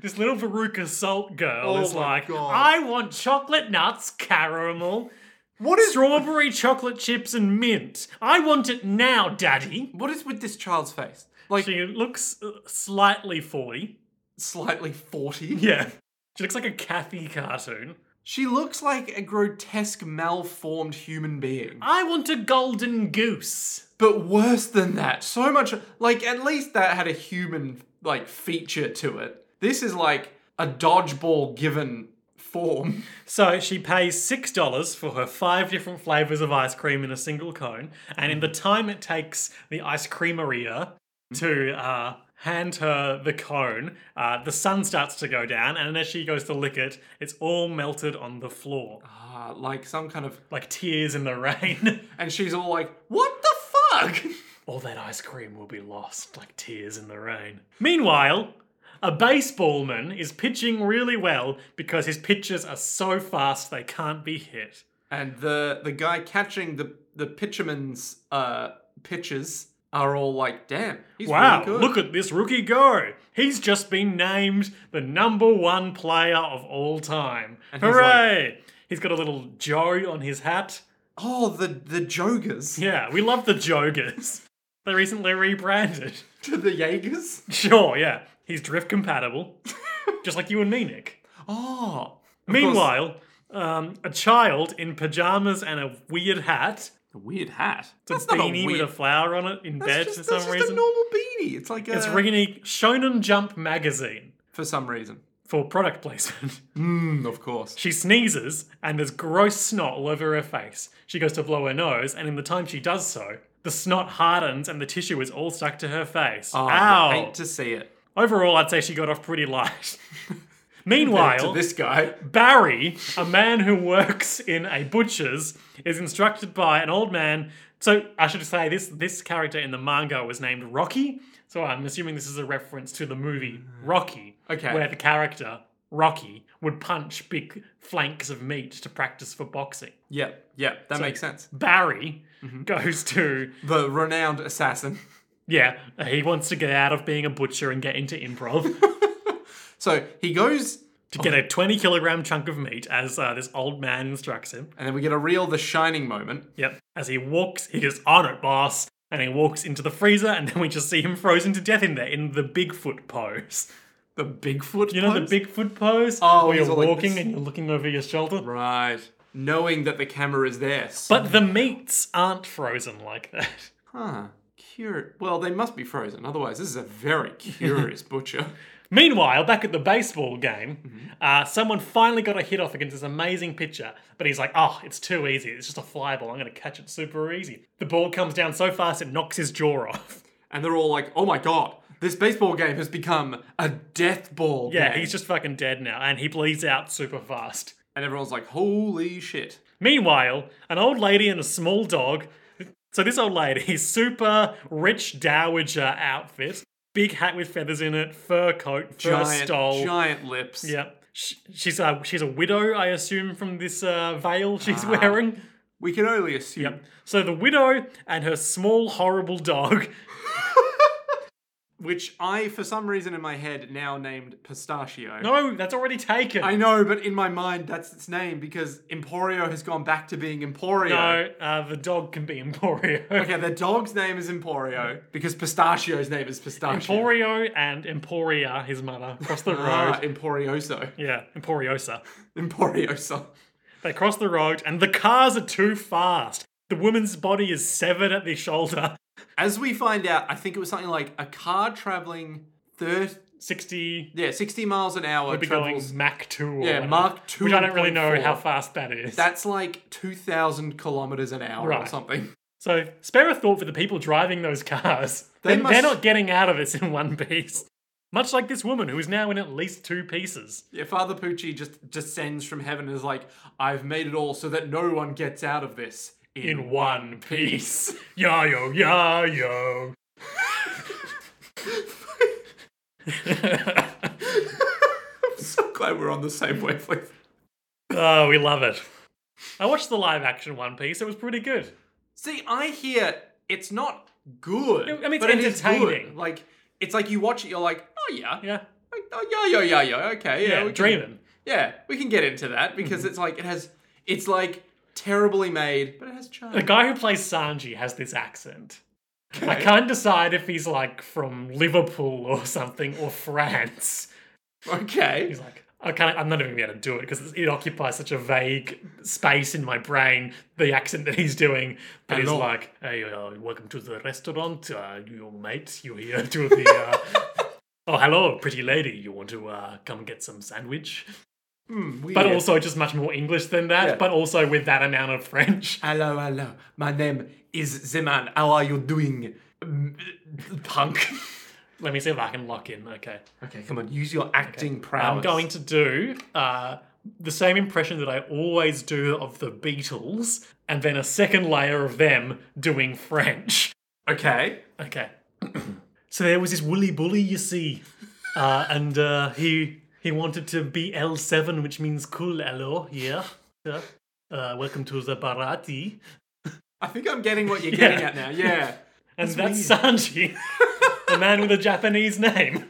S1: this little Veruca Salt girl
S2: Oh
S1: is
S2: my
S1: like,
S2: God.
S1: I want chocolate nuts, caramel,
S2: what is
S1: strawberry chocolate chips, and mint. I want it now, Daddy.
S2: what is with this child's face? Like
S1: She looks uh, slightly 40.
S2: slightly 40.
S1: Yeah. She looks like a Kathy cartoon.
S2: She looks like a grotesque malformed human being.
S1: I want a golden goose.
S2: But worse than that, so much like at least that had a human like feature to it. This is like a dodgeball given form.
S1: So she pays $6 for her five different flavors of ice cream in a single cone, and in the time it takes the ice creameria to uh, hand her the cone, uh, the sun starts to go down, and as she goes to lick it, it's all melted on the floor,
S2: Ah, like some kind of
S1: like tears in the rain.
S2: and she's all like, "What the fuck?"
S1: all that ice cream will be lost like tears in the rain. Meanwhile, a baseballman is pitching really well because his pitches are so fast they can't be hit.
S2: And the the guy catching the the pitcherman's uh pitches are all like, "Damn, he's
S1: Wow,
S2: really good."
S1: look at this rookie go. He's just been named the number one player of all time.
S2: And he's
S1: Hooray! he's got a little Joe on his hat.
S2: oh, the the jogers
S1: Yeah, we love the Jogers. they recently rebranded.
S2: to the Jaegers.
S1: Sure, yeah. He's drift compatible, just like you and me, Nick.
S2: Oh, Of course-
S1: Meanwhile, um, a child in pajamas and a weird hat,
S2: a weird hat.
S1: it's
S2: That's
S1: a
S2: not a
S1: beanie
S2: weird-
S1: with a flower on it in bed
S2: that's just,
S1: for
S2: that's
S1: some
S2: just
S1: reason.
S2: a normal beanie. It's like a,
S1: it's reading Shonen Jump magazine
S2: for some reason.
S1: for product placement.
S2: Mm, of course.
S1: she sneezes and there's gross snot all over her face. She goes to blow her nose, and in the time she does so, the snot hardens and the tissue is all stuck to her face.
S2: Oh, I
S1: Ow!
S2: hate to see it.
S1: Overall, I'd say she got off pretty light.
S2: to
S1: Meanwhile,
S2: this guy.
S1: Barry, a man who works in a butcher's, is instructed by an old man. So I should say this this character in the manga was named Rocky. So I'm assuming this is a reference to the movie Rocky,
S2: Okay.
S1: where the character Rocky would punch big flanks of meat to practice for boxing.
S2: Yeah, yeah, that makes sense.
S1: Barry goes to
S2: The renowned assassin.
S1: yeah, he wants to get out of being a butcher and get into improv.
S2: So he goes,
S1: to get a 20 kilogram chunk of meat as uh, this old man instructs him.
S2: and then we get a real The Shining moment.
S1: Yep. As he walks, he goes, on it, boss. And he walks into the freezer, and then we just see him frozen to death in there in the Bigfoot pose.
S2: The Bigfoot.
S1: You know
S2: pose?
S1: the Bigfoot pose?
S2: Oh,
S1: where
S2: he's
S1: you're
S2: all like
S1: walking
S2: this.
S1: and you're looking over your shoulder.
S2: Right. Knowing that the camera is there. So-
S1: But the meats aren't frozen like that.
S2: huh. Cur- well, they must be frozen. Otherwise, this is a very curious butcher.
S1: Meanwhile, back at the baseball game,
S2: Mm-hmm.
S1: uh, someone finally got a hit off against this amazing pitcher, but he's like, oh, it's too easy. It's just a fly ball. I'm going to catch it super easy. The ball comes down so fast it knocks his jaw off.
S2: And they're all like, oh my god, this baseball game has become a death ball.
S1: Yeah,
S2: game."
S1: he's just fucking dead now, and he bleeds out super fast.
S2: And everyone's like, holy shit.
S1: Meanwhile, an old lady and a small dog. So this old lady, super rich dowager outfit, big hat with feathers in it, fur coat, fur
S2: Giant,
S1: stole.
S2: giant lips.
S1: Yep. Sh- She's a she's a widow, I assume, from this uh, veil she's
S2: Ah.
S1: wearing.
S2: We can only assume.
S1: So the widow and her small horrible dog.
S2: Which I, for some reason in my head, now named Pistachio.
S1: No, that's already taken.
S2: I know, but in my mind, that's its name because Emporio has gone back to being Emporio.
S1: no, uh, the dog can be Emporio.
S2: Okay, the dog's name is Emporio because Pistachio's name is Pistachio.
S1: Emporio and Emporia, his mother, cross the road.
S2: Ah, Emporioso.
S1: Yeah, Emporiosa.
S2: Emporioso.
S1: They cross the road and the cars are too fast. The woman's body is severed at the shoulder.
S2: As we find out, I think it was something like a car traveling 30,
S1: 60
S2: yeah, 60 miles an hour
S1: be going
S2: travels.
S1: Mach 2 or
S2: Yeah,
S1: whatever,
S2: Mach 2.
S1: Which I don't really know how fast that is.
S2: That's like 2,000 kilometers an hour or
S1: Right.
S2: something.
S1: so spare a thought for the people driving those cars.
S2: They
S1: They
S2: must-
S1: They're not getting out of this in one piece. Much like this woman who is now in at least two pieces.
S2: Yeah, Father Pucci just descends from heaven and is like, I've made it all so that no one gets out of this.
S1: In one piece. Yo, yo, yo, yo.
S2: I'm so glad we're on the same wavelength.
S1: oh, we love it. I watched the live action One Piece. It was pretty good.
S2: See, I hear it's not good.
S1: I mean, it's
S2: but it is good.
S1: entertaining.
S2: Like it's like you watch it, you're like, oh yeah,
S1: Yeah.
S2: Like, oh yeah, yeah, yeah, yeah. Okay, yeah,
S1: Yeah. Mm-hmm.
S2: we can-
S1: dreaming.
S2: yeah, we can get into that because it's like it has, it's like terribly made, but it has charm.
S1: The guy who plays Sanji has this accent. I can't decide if he's like from Liverpool or something or France.
S2: Okay,
S1: He's like, I can't, I'm not even going to do it because it occupies such a vague space in my brain. The accent that he's doing, that he's
S2: Hello.
S1: like, "Hey, uh, welcome to the restaurant. Uh, you mate, you here to the? Uh... oh, hello, pretty lady. You want to uh, come get some sandwich?"
S2: Hmm,
S1: But
S2: weird.
S1: also just much more English than that.
S2: Yeah.
S1: But also with that amount of French.
S2: hello, hello. My name is Zeman. How are you doing, Mm, punk?
S1: Let me see if I can lock in. Okay.
S2: okay, come on, use your acting prowess.
S1: I'm going to do uh, the same impression that I always do of the Beatles, and then a second layer of them doing French.
S2: Okay,
S1: Okay. so there was this woolly bully, you see, uh, and uh, he he wanted to be L7, which means cool hello here. Uh, welcome to the Barati.
S2: I think I'm getting what you're getting
S1: Yeah.
S2: at now. Yeah.
S1: And that's, Sanji, the man with a Japanese name.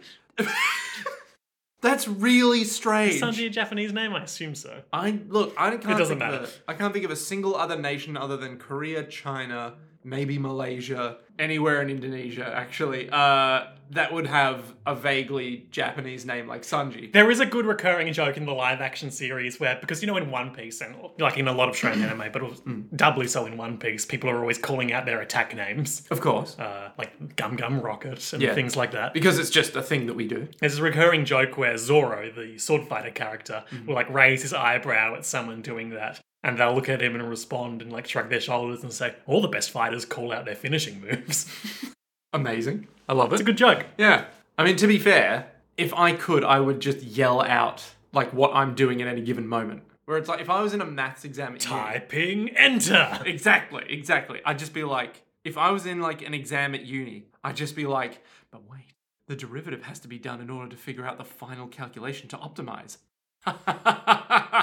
S2: That's really strange.
S1: Sanji, a Japanese name? I assume so.
S2: I look. I can't.
S1: doesn't
S2: think
S1: matter.
S2: Of a, I can't think of a single other nation other than Korea, China, maybe Malaysia, anywhere in Indonesia. Actually, uh, that would have a vaguely Japanese name like Sanji.
S1: There is a good recurring joke in the live action series where, because you know, in One Piece and like in a lot of shonen anime, but also doubly so in One Piece, people are always calling out their attack names,
S2: Of course,
S1: uh, like Gum Gum Rocket and
S2: Yeah.
S1: things like that.
S2: because it's just a thing that we do.
S1: There's a recurring joke where Zoro, the sword fighter character, will like raise his eyebrow at someone doing that, and they'll look at him and respond and like shrug their shoulders and say, "All the best fighters call out their finishing moves."
S2: Amazing. I love
S1: it's a
S2: it.
S1: good joke.
S2: Yeah. I mean, to be fair, if I could, I would just yell out like what I'm doing at any given moment. Where it's like if I was in a maths exam, at uni-
S1: Typing enter.
S2: Exactly, exactly. I'd just be like, if I was in like an exam at uni, I'd just be like, but wait, the derivative has to be done in order to figure out the final calculation to optimize.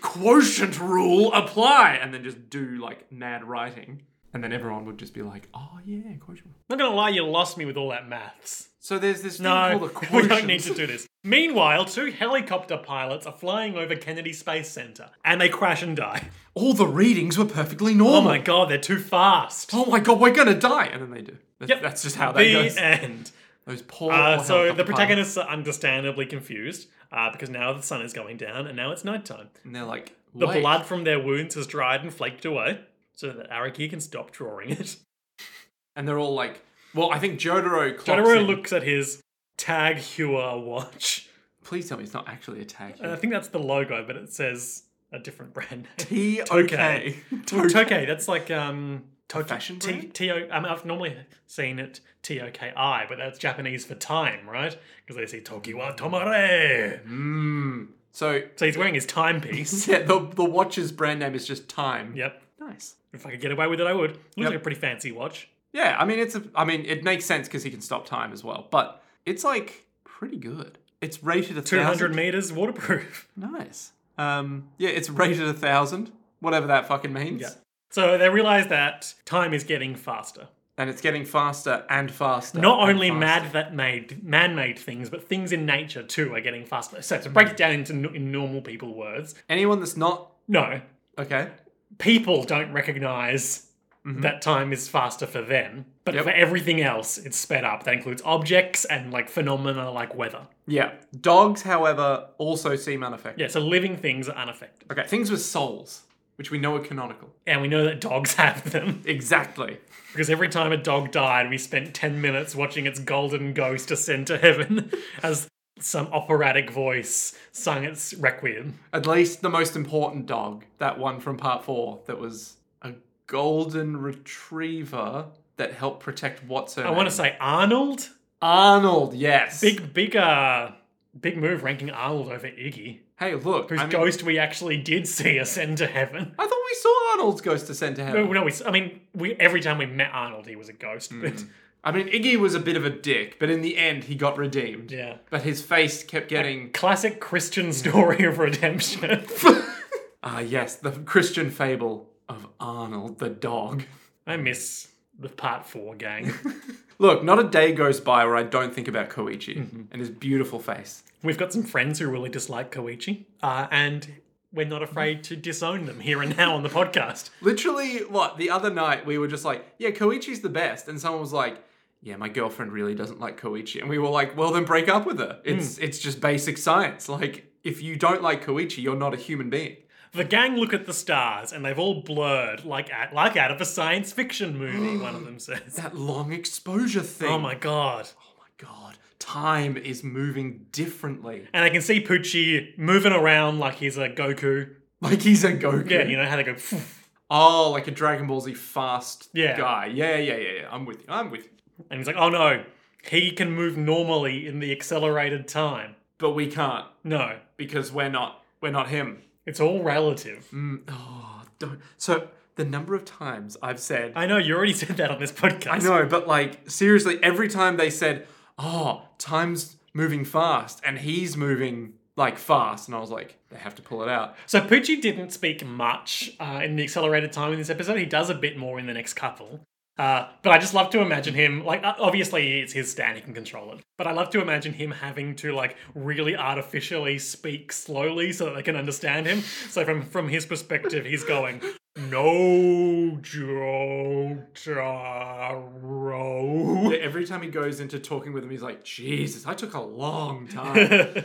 S2: Quotient rule apply, and then just do like mad writing, and then everyone would just be like, oh yeah, quotient. rule.
S1: Not gonna lie, you lost me with all that maths.
S2: So there's this thing
S1: No,
S2: called a quotient.
S1: we don't need to do this. Meanwhile, two helicopter pilots are flying over Kennedy Space Center and they crash and die.
S2: All the readings were perfectly
S1: Oh
S2: normal.
S1: my god, they're too fast.
S2: Oh my god, we're gonna die, and then they do. That's,
S1: Yep.
S2: that's just how that
S1: The
S2: goes. Oh,
S1: end.
S2: Those poor.
S1: Uh,
S2: little
S1: so the
S2: helicopter pilots.
S1: protagonists are understandably confused uh, because now the sun is going down and now it's nighttime.
S2: and they're like,
S1: The
S2: wait.
S1: blood from their wounds has dried and flaked away so that Araki can stop drawing it.
S2: and they're all like, "Well, I think Jotaro." Clocks
S1: Jotaro
S2: in.
S1: looks at his Tag Heuer watch.
S2: Please tell me it's not actually a tag.
S1: And I think that's the logo, but it says a different brand name.
S2: T OK. Toke.
S1: Tokay, that's like um Tokay.
S2: fashion
S1: T
S2: brand?
S1: T O. I mean, I've normally seen it T O K I, but that's Japanese for time, right? Because they say Tokiwa Tomare.
S2: Mm. So
S1: So he's wearing his timepiece.
S2: yeah, the the watch's brand name is just Time.
S1: yep.
S2: Nice.
S1: If I could get away with it, I would. Looks
S2: Yep.
S1: like a pretty fancy watch.
S2: Yeah, I mean it's a. I mean it makes sense because he can stop time as well. But it's like pretty good. It's rated a
S1: Two hundred
S2: thousand.
S1: meters, waterproof.
S2: Nice. Um. Yeah, it's rated a thousand. Whatever that fucking means.
S1: Yeah. So they realize that time is getting faster.
S2: And it's getting faster and faster.
S1: Not
S2: and
S1: only
S2: faster.
S1: mad that made man-made things, but things in nature too are getting faster. So to break it down into n- in normal people words,
S2: Anyone that's not
S1: no,
S2: okay.
S1: people don't recognize that time is faster for them, but
S2: Mm-hmm. Yep.
S1: for everything else, it's sped up. That includes objects and like phenomena like weather.
S2: Yeah. Dogs, however, also seem unaffected.
S1: Yeah, so living things are unaffected.
S2: Okay, things with souls, which we know are canonical.
S1: And we know that dogs have them
S2: Exactly.
S1: because every time a dog died, we spent 10 minutes watching its golden ghost ascend to heaven as some operatic voice sung its requiem.
S2: At least the most important dog, that one from part four, that was a golden retriever that helped protect what's her
S1: I want to say Arnold?
S2: Arnold, yes.
S1: Big, big, uh, big move ranking Arnold over Iggy,
S2: Hey, look.
S1: whose
S2: I, mean,
S1: ghost we actually did see ascend to heaven.
S2: I thought we saw Arnold's ghost ascend to
S1: No,
S2: heaven.
S1: no, we, I mean, we every time we met Arnold, he was a ghost. But
S2: I mean, Iggy was a bit of a dick, but in the end, he got redeemed.
S1: Yeah.
S2: But his face kept getting.
S1: Classic Christian story of redemption.
S2: Ah, yes, the Christian fable of Arnold the dog.
S1: I miss the part four gang
S2: Look, not a day goes by where I don't think about Koichi
S1: Mm-hmm.
S2: and his beautiful face.
S1: we've got some friends who really dislike koichi uh, and we're not afraid to disown them here and now on the podcast
S2: Literally, what, the other night we were just like, yeah, Koichi's the best. And someone was like, yeah, my girlfriend really doesn't like Koichi. And we were like, well, then break up with her.
S1: Mm.
S2: It's, it's just basic science. Like, if you don't like Koichi, you're not a human being.
S1: the gang look at the stars and they've all blurred like at, like out of a science fiction movie one of them says
S2: That long exposure thing.
S1: oh my god
S2: Oh my god. Time is moving differently.
S1: and i can see poochie moving around like he's a goku
S2: Like he's a Goku.
S1: yeah you know how they go "Phew,"
S2: Oh, like a Dragon Ball Z fast
S1: Yeah.
S2: guy. Yeah, yeah, yeah, yeah. I'm with you. I'm with you.
S1: and he's like oh no he can move normally in the accelerated time
S2: But we can't
S1: no
S2: because we're not we're not him.
S1: it's all relative
S2: Mm, oh, don't. So the number of times I've said
S1: i know you already said that on this podcast
S2: I know, but like seriously, every time they said, "Oh, time's moving fast and he's moving like fast," and I was like, they have to pull it out.
S1: So Poochie didn't speak much uh, in the accelerated time in this episode. He does a bit more in the next couple. Uh, but I just love to imagine him, like, uh, obviously it's his stand, he can control it. But I love to imagine him having to, like, really artificially speak slowly so that they can understand him. So from, from his perspective, he's going, No, Jotaro.
S2: But every time he goes into talking with him, he's like, "Jesus, I took a long time." and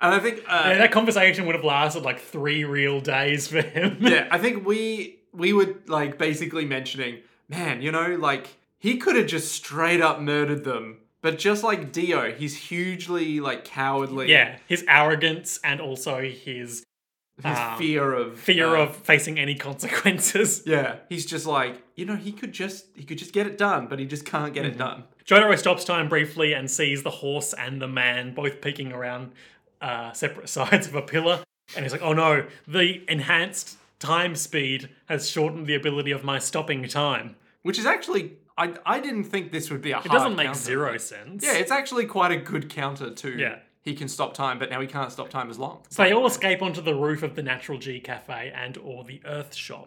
S2: I think,
S1: And
S2: uh,
S1: that conversation would have lasted, like, three real days for him.
S2: yeah, I think we we were like basically mentioning, man, you know, like he could have just straight up murdered them, but just like Dio, he's hugely like cowardly.
S1: Yeah, his arrogance and also his
S2: his
S1: Um,
S2: fear of
S1: fear
S2: uh,
S1: of facing any consequences.
S2: yeah he's just like you know he could just he could just get it done but he just can't get it
S1: Mm-hmm.
S2: done
S1: Jotaro stops time briefly and sees the horse and the man both peeking around uh, separate sides of a pillar. And he's like, oh no, the enhanced time speed has shortened the ability of my stopping time.
S2: which is actually i i didn't think this would be a
S1: It doesn't make zero sense.
S2: yeah it's actually quite a good counter to
S1: Yeah.
S2: he can stop time but now he can't stop time as long
S1: So they all escape onto the roof of the Natural G Cafe and or the Earth Shop.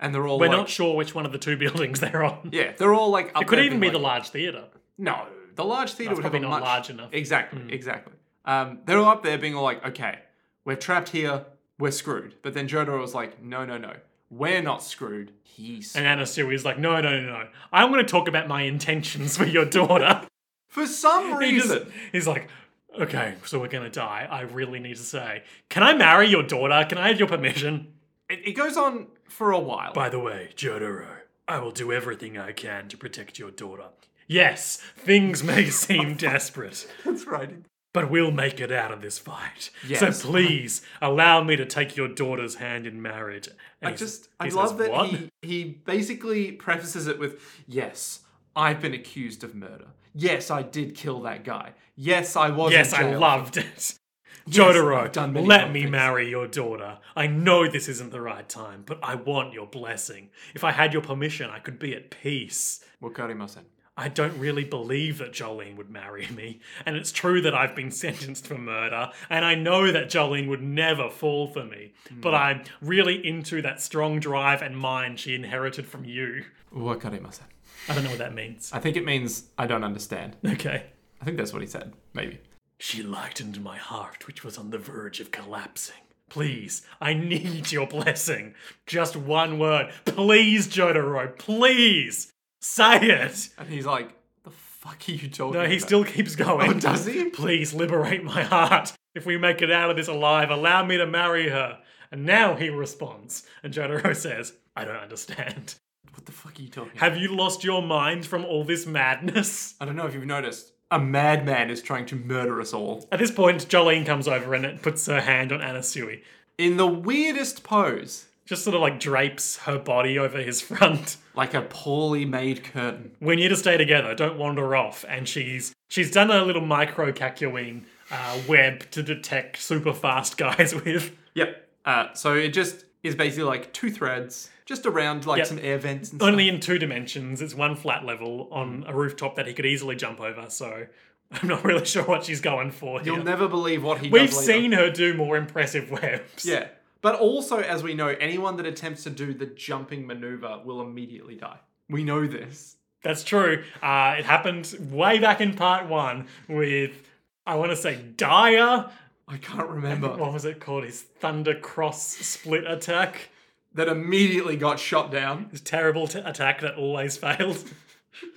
S2: and they're all
S1: We're
S2: like,
S1: not sure which one of the two buildings they're on.
S2: yeah they're all like up
S1: It could even be the large theatre.
S2: the no the large theater would have
S1: probably
S2: a
S1: not
S2: much
S1: large enough. Hmm.
S2: exactly exactly um they're all up there being all like okay we're trapped here we're screwed but then Jotaro was like no no no we're not screwed he's
S1: And Anasui is like, no, no, no, no. I'm going to talk about my intentions for your daughter.
S2: for some
S1: He just-
S2: reason
S1: he's like, okay, so we're gonna die. I really need to say, can I marry your daughter? Can I have your permission?
S2: It, it goes on for a while.
S1: By the way, Jotaro, I will do everything I can to protect your daughter. Yes, things may seem desperate,
S2: That's right.
S1: but we'll make it out of this fight.
S2: Yes.
S1: So please allow me to take your daughter's hand in marriage. And
S2: I
S1: he's-
S2: just,
S1: he
S2: I
S1: says,
S2: love that
S1: "What?"
S2: he, he basically prefaces it with, yes, I've been accused of murder. Yes, I did kill that guy. Yes, I was.
S1: Yes,
S2: in
S1: I
S2: jail."
S1: loved it.
S2: I've
S1: Jotaro,
S2: done many
S1: let
S2: wrong
S1: me
S2: things.
S1: marry your daughter. I know this isn't the right time, but I want your blessing. If I had your permission, I could be at peace.
S2: Wakarimasen.
S1: I don't really believe that Jolene would marry me, and it's true that I've been sentenced for murder, and I know that Jolene would never fall for me, but
S2: Mm.
S1: I'm really into that strong drive and mind she inherited from you.
S2: Wakarimasen.
S1: I don't know what that means.
S2: I think it means I don't understand.
S1: Okay.
S2: I think that's what he said. Maybe.
S1: She lightened my heart, which was on the verge of collapsing. Please, I need your blessing. Just one word. Please, Jotaro, please! Say it!
S2: And he's like, the fuck are you talking
S1: No,
S2: about?
S1: he still keeps going.
S2: Oh, does he?
S1: Please liberate my heart. If we make it out of this alive, allow me to marry her. And now he responds, and Jotaro says, I don't understand.
S2: What the fuck are you talking about?
S1: Have you lost your mind from all this madness?
S2: I don't know if you've noticed. A madman is trying to murder us all.
S1: At this point, Jolene comes over and it puts her hand on Anasui.
S2: In the weirdest pose.
S1: just sort of like drapes her body over his front.
S2: like a poorly made curtain.
S1: We need to stay together. Don't wander off. And she's she's done a little micro cacuine uh, web to detect super fast guys with.
S2: Yep. Uh, so it just is basically like two threads just around like
S1: Yep.
S2: some air vents and
S1: Only in two dimensions. It's one flat level on a rooftop that he could easily jump over. So I'm not really sure what she's going for
S2: stuff.
S1: here.
S2: You'll never believe what he
S1: We've
S2: does later.
S1: seen her do more impressive webs.
S2: Yeah. But also, as we know, anyone that attempts to do the jumping maneuver will immediately die. We know this.
S1: That's true. Uh, it happened way back in part one with, I want to say, Dyer.
S2: I can't remember.
S1: What was it called? His Thunder Cross split attack.
S2: that immediately got shot down.
S1: His terrible t- attack that always failed.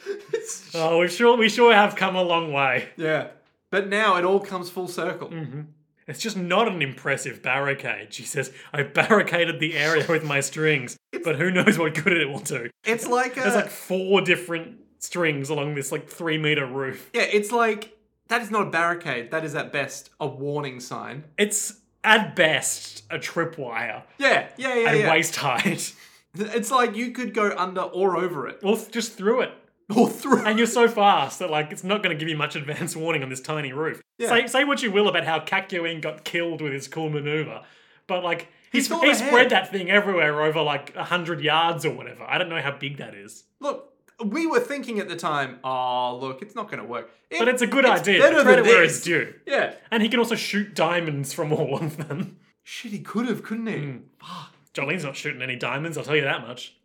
S2: It's-
S1: Oh, we sure we sure have come a long way.
S2: yeah. But now it all comes full circle.
S1: Mm. It's just not an impressive barricade. She says, "I barricaded the area with my strings, but who knows what good it will do."
S2: It's like a,
S1: There's like four different strings along this like three meter roof.
S2: yeah, it's like that is not a barricade. That is at best a warning sign.
S1: It's at best a tripwire
S2: Yeah, yeah, yeah,
S1: and
S2: yeah.
S1: waist height.
S2: It's like you could go under or over it
S1: Well, just through it.
S2: or through.
S1: And you're so fast that like it's not going to give you much advance warning on this tiny roof.
S2: Yeah.
S1: Say say what you will about how Kakyoin got killed with his cool maneuver, but like he's
S2: thought
S1: he
S2: ahead.
S1: spread that thing everywhere over like hundred yards or whatever. I don't know how big that is,
S2: Look, we were thinking at the time, oh, look, it's not going to work. It-
S1: but it's a good idea.
S2: better
S1: Credit
S2: than
S1: where
S2: this.
S1: it's due.
S2: yeah.
S1: And he can also shoot diamonds from all of them.
S2: Shit, he could have, couldn't he?
S1: Mm. Jolene's not shooting any diamonds. I'll tell you that much.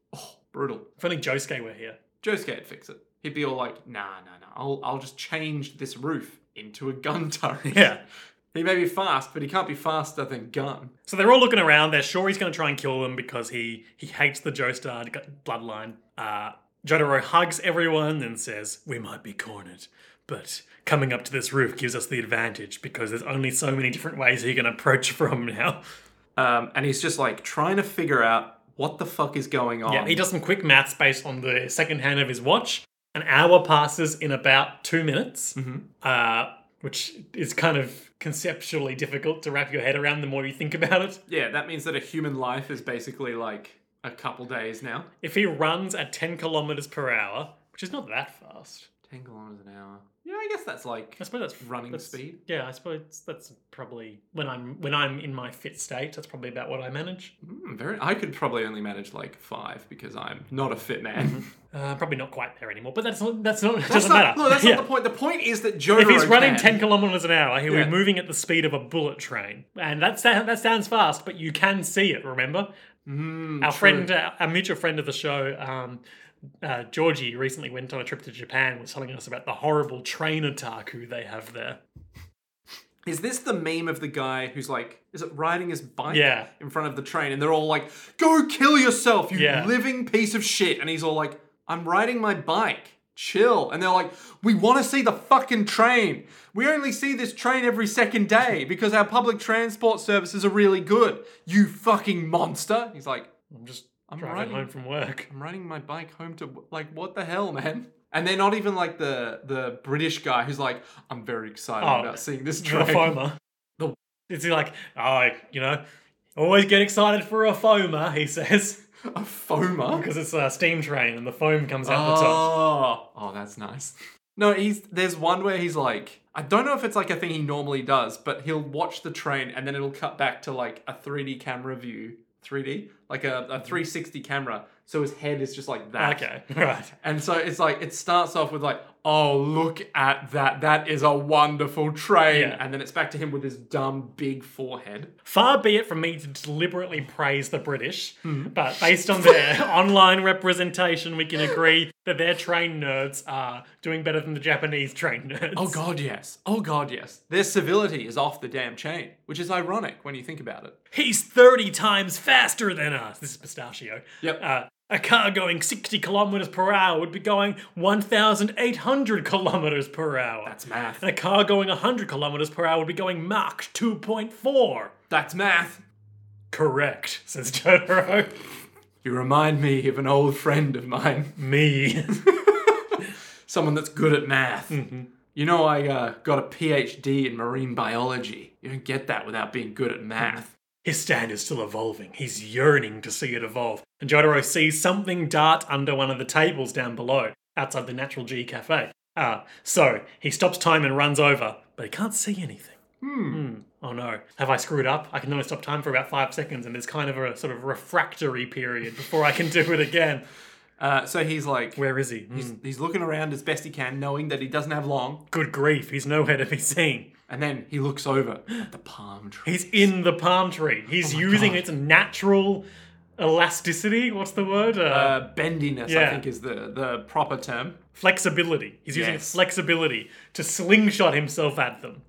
S2: Brutal.
S1: If only Josuke were here.
S2: Josuke would fix it. He'd be all like, nah, nah, nah, I'll, I'll just change this roof into a gun turret.
S1: Yeah.
S2: He may be fast, but he can't be faster than gun.
S1: So they're all looking around. They're sure he's going to try and kill them because he he hates the Joestar g- bloodline. Uh, Jotaro hugs everyone and says, "We might be cornered, but coming up to this roof gives us the advantage because there's only so many different ways he can approach from now."
S2: Um, and he's just like trying to figure out what the fuck is going on.
S1: Yeah, he does some quick maths based on the second hand of his watch. An hour passes in about two minutes, uh, which is kind of conceptually difficult to wrap your head around the more you think about it.
S2: yeah, that means that a human life is basically like a couple days now.
S1: If he runs at 10 kilometers per hour, which is not that fast,
S2: 10 kilometers an hour. Yeah, I guess that's like
S1: I suppose that's
S2: running
S1: that's-
S2: speed.
S1: Yeah, I suppose that's probably when I'm when I'm in my fit state. That's probably about what I manage.
S2: Hmm, very. I could probably only manage like five because I'm not a fit man.
S1: Uh, probably not quite there anymore, but that's not that's not it
S2: that's
S1: doesn't
S2: not,
S1: matter.
S2: No, that's
S1: Yeah.
S2: not the point. The point is that Jotaro
S1: if he's running
S2: can.
S1: ten kilometers an hour, he'll
S2: Yeah.
S1: be moving at the speed of a bullet train, and that's that, that sounds fast, but you can see it. Remember,
S2: Hmm,
S1: our
S2: true.
S1: friend, uh, our mutual friend of the show, um, uh, Georgie, recently went on a trip to Japan. Was telling us about the horrible train otaku they have there.
S2: Is this the meme of the guy who's like, is it riding his bike
S1: Yeah.
S2: in front of the train? And they're all like, go kill yourself, you
S1: Yeah.
S2: living piece of shit. And he's all like, I'm riding my bike. Chill. And they're like, we want to see the fucking train. We only see this train every second day because our public transport services are really good. You fucking monster. He's like,
S1: I'm just
S2: I'm
S1: driving
S2: riding-
S1: home from work.
S2: I'm riding my bike home to like what the hell, man? And they're not even like the the British guy who's like, I'm very excited
S1: Oh,
S2: about seeing this
S1: for a
S2: train.
S1: FOMA.
S2: The-
S1: Is he like, oh, you know, always get excited for a FOMA, he says,
S2: A FOMA.
S1: because it's a steam train and the foam comes out the top.
S2: Oh, oh, that's nice. No, he's there's one where he's like, I don't know if it's like a thing he normally does, but he'll watch the train and then it'll cut back to like a 3D camera view, 3D, like a, a 360 camera. So his head is just like that.
S1: Okay, right.
S2: And so it's like it starts off with like, oh look at that, that is a wonderful train,
S1: Yeah.
S2: and then it's back to him with his dumb big forehead.
S1: Far be it from me to deliberately praise the British, but based on their online representation, we can agree that their train nerds are doing better than the Japanese train nerds.
S2: Oh god, yes. Oh god, yes. Their civility is off the damn chain, which is ironic when you think about it.
S1: He's 30 times faster than us. This is Pistachio.
S2: Yep.
S1: Uh, a car going 60 kilometers per hour would be going 1,800 kilometers per hour.
S2: That's math.
S1: and a car going 100 kilometers per hour would be going Mach 2.4.
S2: That's math.
S1: Correct, says Jotaro.
S2: You remind me of an old friend of mine,
S1: Me.
S2: someone that's good at math.
S1: Mm-hmm.
S2: You know, I uh, got a PhD in marine biology. You don't get that without being good at math.
S1: His stand is still evolving. He's yearning to see it evolve. And Jotaro sees something dart under one of the tables down below, outside the Natural G Cafe. Ah, so he stops time and runs over, but he can't see anything. Oh no, have I screwed up? I can only stop time for about five seconds, and there's kind of a sort of refractory period before I can do it again. Mm-hmm.
S2: Uh, so he's like,
S1: Where is he? Hmm.
S2: he's looking around as best he can, knowing that he doesn't have long.
S1: Good grief, he's nowhere to be seen.
S2: And then he looks over at the palm tree.
S1: He's in the palm tree. He's using its natural elasticity. What's the word? Uh,
S2: Uh, bendiness, I
S1: Yeah.
S2: think, is the, the proper term.
S1: flexibility. He's using
S2: yes.
S1: its flexibility to slingshot himself at them.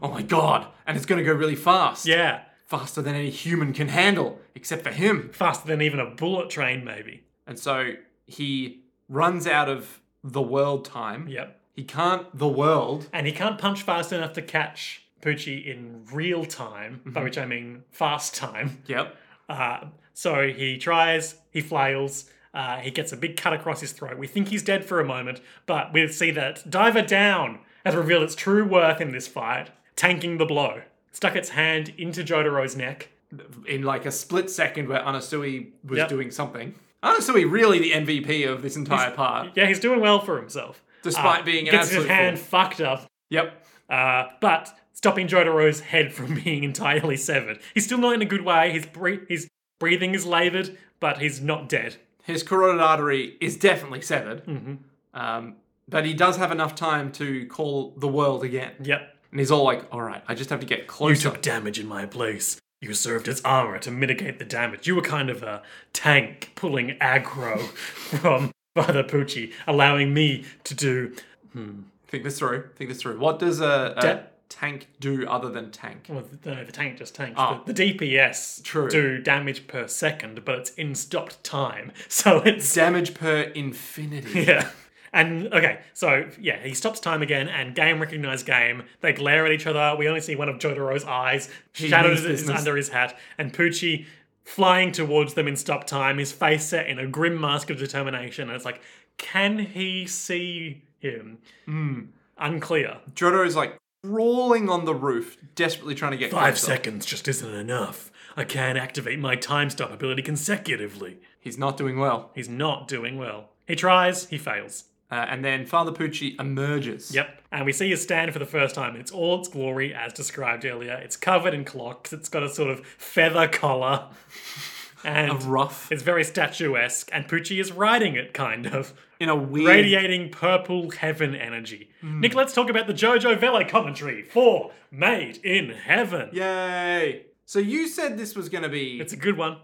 S2: Oh my god! And it's gonna go really fast.
S1: Yeah,
S2: Faster than any human can handle, except for him.
S1: faster than even a bullet train, maybe.
S2: And so he runs out of the world time.
S1: Yep.
S2: He can't the world.
S1: And he can't punch fast enough to catch Poochie in real time, by which I mean fast time.
S2: Yep.
S1: Uh, so he tries, he flails, uh, he gets a big cut across his throat. We think he's dead for a moment, but we see that Diver Down has revealed its true worth in this fight, tanking the blow. Stuck its hand into Jotaro's neck.
S2: In like a split second where Anasui was
S1: Yep.
S2: doing something. Anasui really the MVP of this entire part,
S1: Yeah, he's doing well for himself.
S2: despite being an
S1: Ah, gets
S2: absolute
S1: his hand
S2: fool.
S1: fucked up,
S2: Yep.
S1: uh, but stopping Jotaro's head from being entirely severed. He's still not in a good way. His, bre- his breathing is laboured, but he's not dead.
S2: His carotid artery is definitely severed.
S1: Mm-hmm.
S2: Um, but he does have enough time to call the world again.
S1: Yep.
S2: And he's all like, all right, I just have to get closer.
S1: damage in my place. You served as armor to mitigate the damage. You were kind of a tank pulling aggro from Father Poochie, allowing me to do.
S2: Think this through. Think this through. What does a, a
S1: Da-
S2: tank do other than tank?
S1: Well, no, the tank just tanks.
S2: Ah.
S1: The, the DPS
S2: True.
S1: do damage per second, but it's in stopped time. So it's
S2: Damage per infinity.
S1: Yeah. And okay, so yeah, he stops time again, and game recognized game. They glare at each other. We only see one of Jotaro's eyes. Shadows
S2: means
S1: is
S2: business.
S1: under his hat, and Poochie flying towards them in stop time, his face set in a grim mask of determination. And it's like, can he see him? Hmm. Unclear.
S2: Jodo is like crawling on the roof, desperately trying to get
S1: Five
S2: closer.
S1: seconds just isn't enough. I can activate my time stop ability consecutively.
S2: He's not doing well.
S1: He's not doing well. He tries, he fails.
S2: Uh, and then Father Pucci emerges.
S1: Yep. And we see his stand for the first time. It's all its glory, as described earlier. It's covered in clocks. It's got a sort of feather collar. And
S2: Rough.
S1: it's very statuesque. And Pucci is riding it, kind of.
S2: In a weird.
S1: Radiating purple heaven energy. Nick, let's talk about the Jojo Vele commentary for Made in Heaven.
S2: Yay! So you said this was going to be.
S1: It's a good one.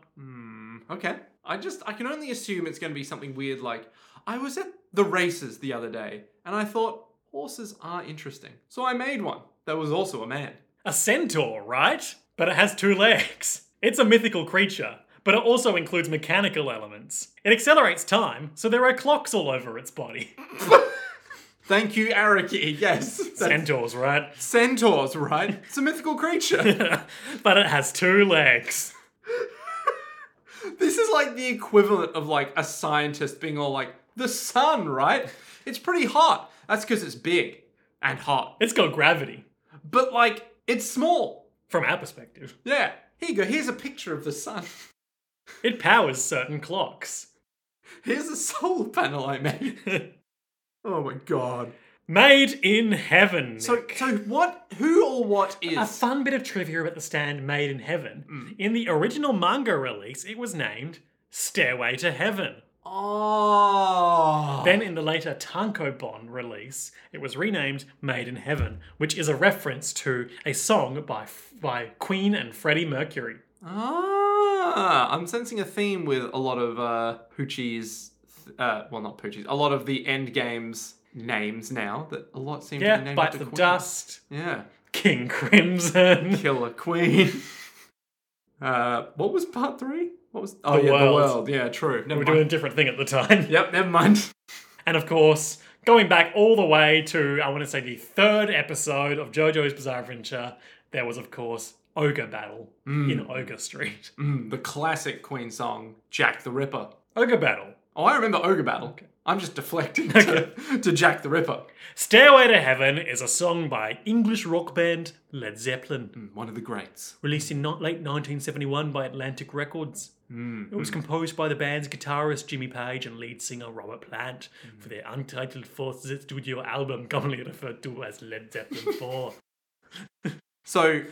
S2: okay. I just. I can only assume it's going to be something weird like. I was at the races the other day and I thought horses are interesting. So I made one that was also a man.
S1: A centaur, right? But it has two legs. It's a mythical creature, but it also includes mechanical elements. It accelerates time, so there are clocks all over its body.
S2: Thank you, Araki. Yes. That's
S1: Centaurs, right?
S2: centaurs, right? It's a mythical creature.
S1: but it has two legs.
S2: This is like the equivalent of like a scientist being all like, the sun, right? It's pretty hot. That's because it's big and hot.
S1: It's got gravity
S2: But like, it's small.
S1: from our perspective.
S2: Yeah. Here you go. Here's a picture of the sun.
S1: It powers certain clocks.
S2: Here's a solar panel I made. Oh my god.
S1: Made in heaven.
S2: So,
S1: Nick.
S2: so what? Who or what
S1: a
S2: is?
S1: fun bit of trivia about the stand Made in Heaven.
S2: Mm.
S1: In the original manga release, it was named Stairway to Heaven.
S2: Oh.
S1: Then in the later Tankobon release, it was renamed Made in Heaven, which is a reference to a song by by Queen and Freddie Mercury.
S2: Ah, I'm sensing a theme with a lot of uh, Poochie's, uh, well, not Poochie's, a lot of the end games names now that a lot seem to be
S1: Yeah,
S2: named
S1: Bites
S2: after
S1: of
S2: Queen.
S1: Dust,
S2: Yeah,
S1: King Crimson.
S2: Killer Queen. uh, what was part three? What was? Oh
S1: The
S2: yeah, the
S1: World.
S2: world. Yeah, true. Never
S1: We're
S2: mind.
S1: doing a different thing at the time.
S2: Yep, never mind.
S1: And of course, going back all the way to, I want to say, the third episode of JoJo's Bizarre Adventure, there was, of course, Ogre Battle in Ogre Street.
S2: Mm, the classic Queen song, Jack the Ripper.
S1: Ogre Battle.
S2: Oh, I remember Ogre Battle. I'm just deflecting to, to Jack the Ripper,
S1: Stairway to Heaven is a song by English rock band Led Zeppelin.
S2: Mm, one of the greats.
S1: released in not- late 1971 by Atlantic Records. It was composed by the band's guitarist Jimmy Page and lead singer Robert Plant for their untitled fourth studio album, commonly referred to as Led Zeppelin 4.
S2: So,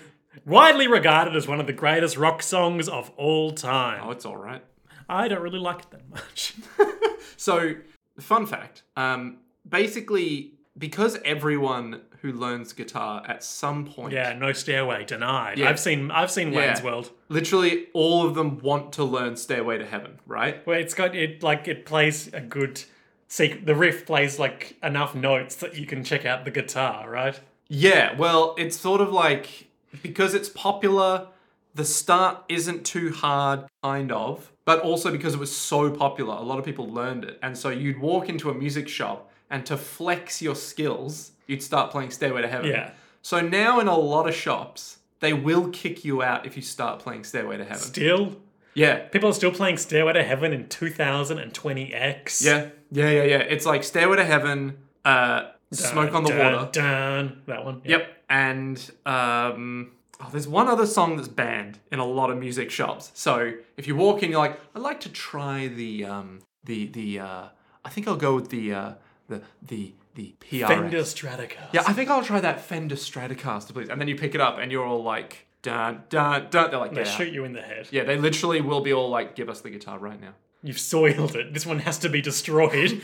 S1: Widely regarded as one of the greatest rock songs of all time.
S2: oh, it's all right.
S1: I don't really like it that much.
S2: So, fun fact um, basically, because everyone who learns guitar at some point,
S1: yeah, no stairway denied.
S2: Yeah.
S1: I've seen I've seen Wayne's
S2: Yeah.
S1: World.
S2: literally all of them want to learn Stairway to Heaven, right?
S1: Where it's got it like it plays a good see the riff plays like enough notes that you can check out the guitar, right?
S2: Yeah, well, it's sort of like because it's popular, the start isn't too hard, kind of, but also because it was so popular, a lot of people learned it. And so you'd walk into a music shop and to flex your skills, you'd start playing Stairway to Heaven.
S1: Yeah.
S2: So now in a lot of shops, they will kick you out if you start playing Stairway to Heaven.
S1: Still
S2: Yeah.
S1: people are still playing Stairway to Heaven in 2020X.
S2: Yeah. Yeah, yeah, yeah. It's like Stairway to Heaven, uh, Smoke on the
S1: Dun,
S2: Water.
S1: Dun, that one. Yeah.
S2: Yep. And um, oh, there's one other song that's banned in a lot of music shops. So if you walk in, you're like, I'd like to try the um, the the uh, I think I'll go with the uh, the the the PRS.
S1: Fender Stratocaster.
S2: Yeah, I think I'll try that Fender Stratocaster, please. And then you pick it up, and you're all like, dun dun dun. They're like,
S1: They
S2: yeah.
S1: shoot you in the head.
S2: Yeah, they literally will be all like, give us the guitar right now.
S1: You've soiled it. This one has to be destroyed.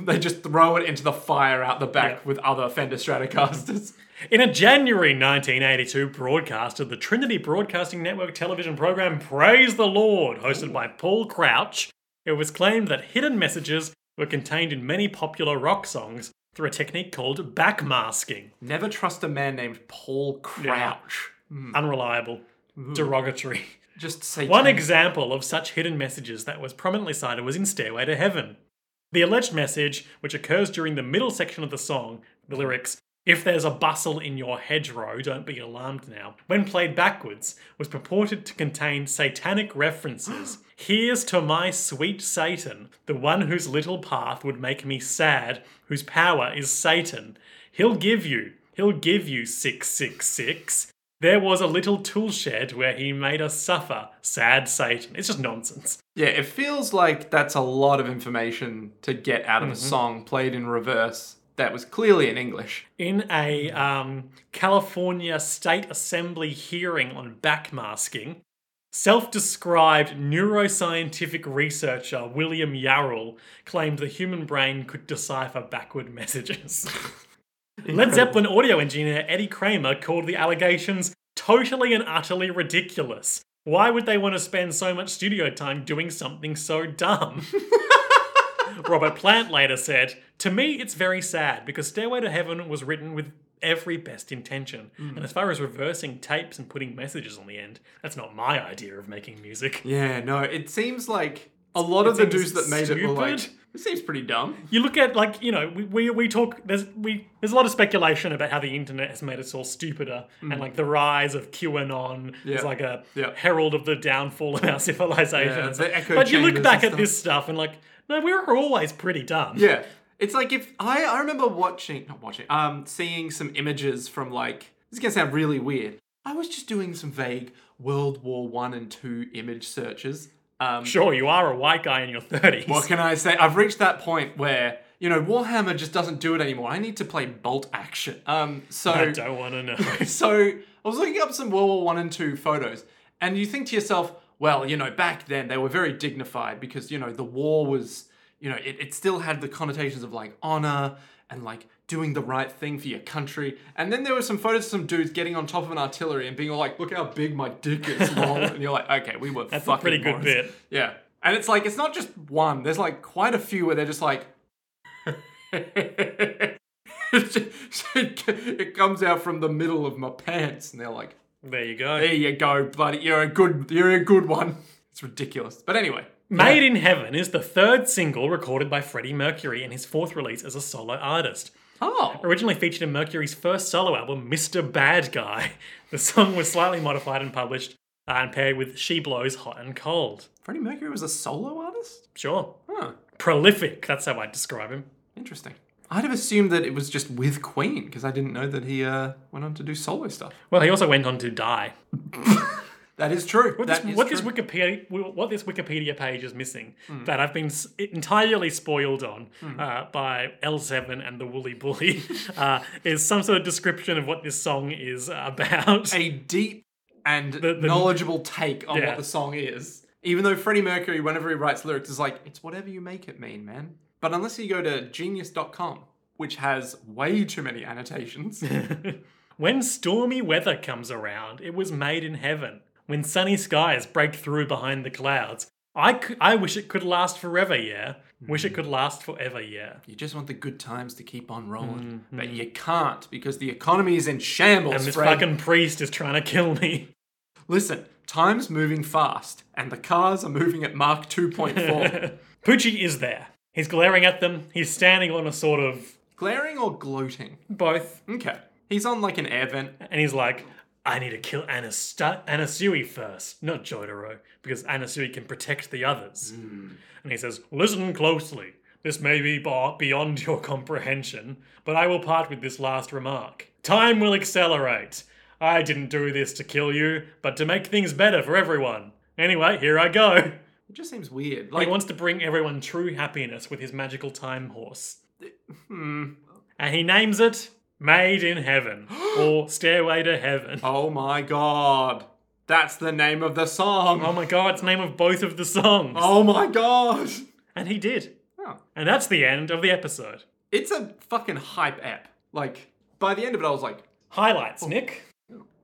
S2: they just throw it into the fire out the back with other Fender Stratocasters.
S1: In a January 1982 broadcast of the Trinity Broadcasting Network television program Praise the Lord, hosted by Paul Crouch, it was claimed that hidden messages were contained in many popular rock songs through a technique called backmasking.
S2: Never trust a man named Paul Crouch.
S1: Unreliable, derogatory.
S2: Just say
S1: One example of such hidden messages that was prominently cited was in Stairway to Heaven. The alleged message, which occurs during the middle section of the song, the lyrics, If there's a bustle in your hedgerow, don't be alarmed now, when played backwards, was purported to contain satanic references. Here's to my sweet Satan, the one whose little path would make me sad, whose power is Satan. He'll give you, he'll give you 666. There was a little tool shed where he made us suffer. Sad Satan. It's just nonsense.
S2: Yeah, it feels like that's a lot of information to get out of a song played in reverse that was clearly in English.
S1: In a um, California State Assembly hearing on backmasking, self described neuroscientific researcher William Yarrell claimed the human brain could decipher backward messages. Led Zeppelin audio engineer Eddie Kramer called the allegations totally and utterly ridiculous. Why would they want to spend so much studio time doing something so dumb? Robert Plant later said, To me, it's very sad because Stairway to Heaven was written with every best intention. And as far as reversing tapes and putting messages on the end, that's not my idea of making music.
S2: Yeah, no, it seems like a lot of the
S1: seems
S2: dudes that made it were like,
S1: stupid.
S2: it seems pretty dumb.
S1: You look at, like, you know, we, we, we talk, there's, we, there's a lot of speculation about how the internet has made us all stupider and, like, the rise of QAnon
S2: Mm. Yeah.
S1: is like a
S2: Yeah.
S1: herald of the downfall of our civilization.
S2: Yeah,
S1: and stuff.
S2: the echo
S1: but you
S2: chambers
S1: look back
S2: and
S1: at this stuff and, like, no, we were always pretty dumb.
S2: Yeah. It's like if I, I remember watching, not watching, um, seeing some images from like, this is gonna sound really weird. I was just doing some vague World War One and Two image searches. Um,
S1: Sure, you are a white guy in your 30s.
S2: What can I say? I've reached that point where you know Warhammer just doesn't do it anymore. I need to play bolt action. Um,
S1: I
S2: so
S1: don't want to know.
S2: so I was looking up some World War One and Two photos, and you think to yourself, well, you know, back then they were very dignified because you know the war was, you know, it, it still had the connotations of like honor and like doing the right thing for your country. And then there were some photos of some dudes getting on top of an artillery and being all like, look how big my dick is, lol. and you're like, okay, we were
S1: That's a
S2: fucking
S1: pretty good
S2: morons."
S1: bit.
S2: Yeah. And it's like, it's not just one. There's like quite a few where they're just like. it comes out from the middle of my pants. And they're like,
S1: There you go.
S2: there you go, buddy. You're a good, you're a good one. It's ridiculous. But anyway.
S1: Made in Heaven is the third single recorded by Freddie Mercury and his fourth release as a solo artist.
S2: Oh.
S1: Originally featured in Mercury's first solo album, Mr. Bad Guy, the song was slightly modified and published uh, and paired with She Blows Hot and Cold.
S2: Freddie Mercury was a solo artist?
S1: Sure.
S2: Huh.
S1: Prolific, that's how I describe him.
S2: Interesting. I'd have assumed that it was just with Queen because I didn't know that he uh, went on to do solo stuff.
S1: Well, he also went on to die.
S2: That is true.
S1: What,
S2: That
S1: this,
S2: is
S1: what this
S2: true. Hmm.
S1: Wikipedia what this Wikipedia page is missing that I've been s- entirely spoiled on uh, by L7 and the Woolly Bully uh, is some sort of description of what this song is about.
S2: a deep and
S1: the-
S2: knowledgeable take on
S1: Yeah.
S2: what the song is. Even though Freddie Mercury, whenever he writes lyrics, is like, it's whatever you make it mean, man. But unless you go to genius.com, which has way too many annotations,
S1: when stormy weather comes around, it was made in heaven. When sunny skies break through behind the clouds, I, c- I wish it could last forever, yeah. Wish it could last forever, yeah.
S2: you just want the good times to keep on rolling. But you can't because the economy is in shambles,
S1: Mm-hmm. And this
S2: Fred.
S1: fucking priest is trying to kill me.
S2: Listen, time's moving fast, and the cars are moving at Mach 2.4.
S1: Poochie is there. He's glaring at them. He's standing on a sort of
S2: Glaring or gloating?
S1: both,
S2: Okay. He's on like an air vent.
S1: and he's like, "I need to kill Anasta- Anasui first, not Jotaro, because Anasui can protect the others." And he says, "Listen closely. This may be bar- beyond your comprehension, but I will part with this last remark. Time will accelerate. I didn't do this to kill you, but to make things better for everyone. Anyway, here I go."
S2: It just seems weird.
S1: He
S2: Like,
S1: wants to bring everyone true happiness with his magical time horse.
S2: hmm.
S1: And he names it Made in Heaven or Stairway to Heaven.
S2: Oh my god. That's the name of the song.
S1: Oh my god, it's the name of both of the songs.
S2: Oh my god.
S1: And he did.
S2: Oh.
S1: And that's the end of the episode.
S2: It's a fucking hype app. Like, by the end of it, I was like,
S1: Highlights, Nick.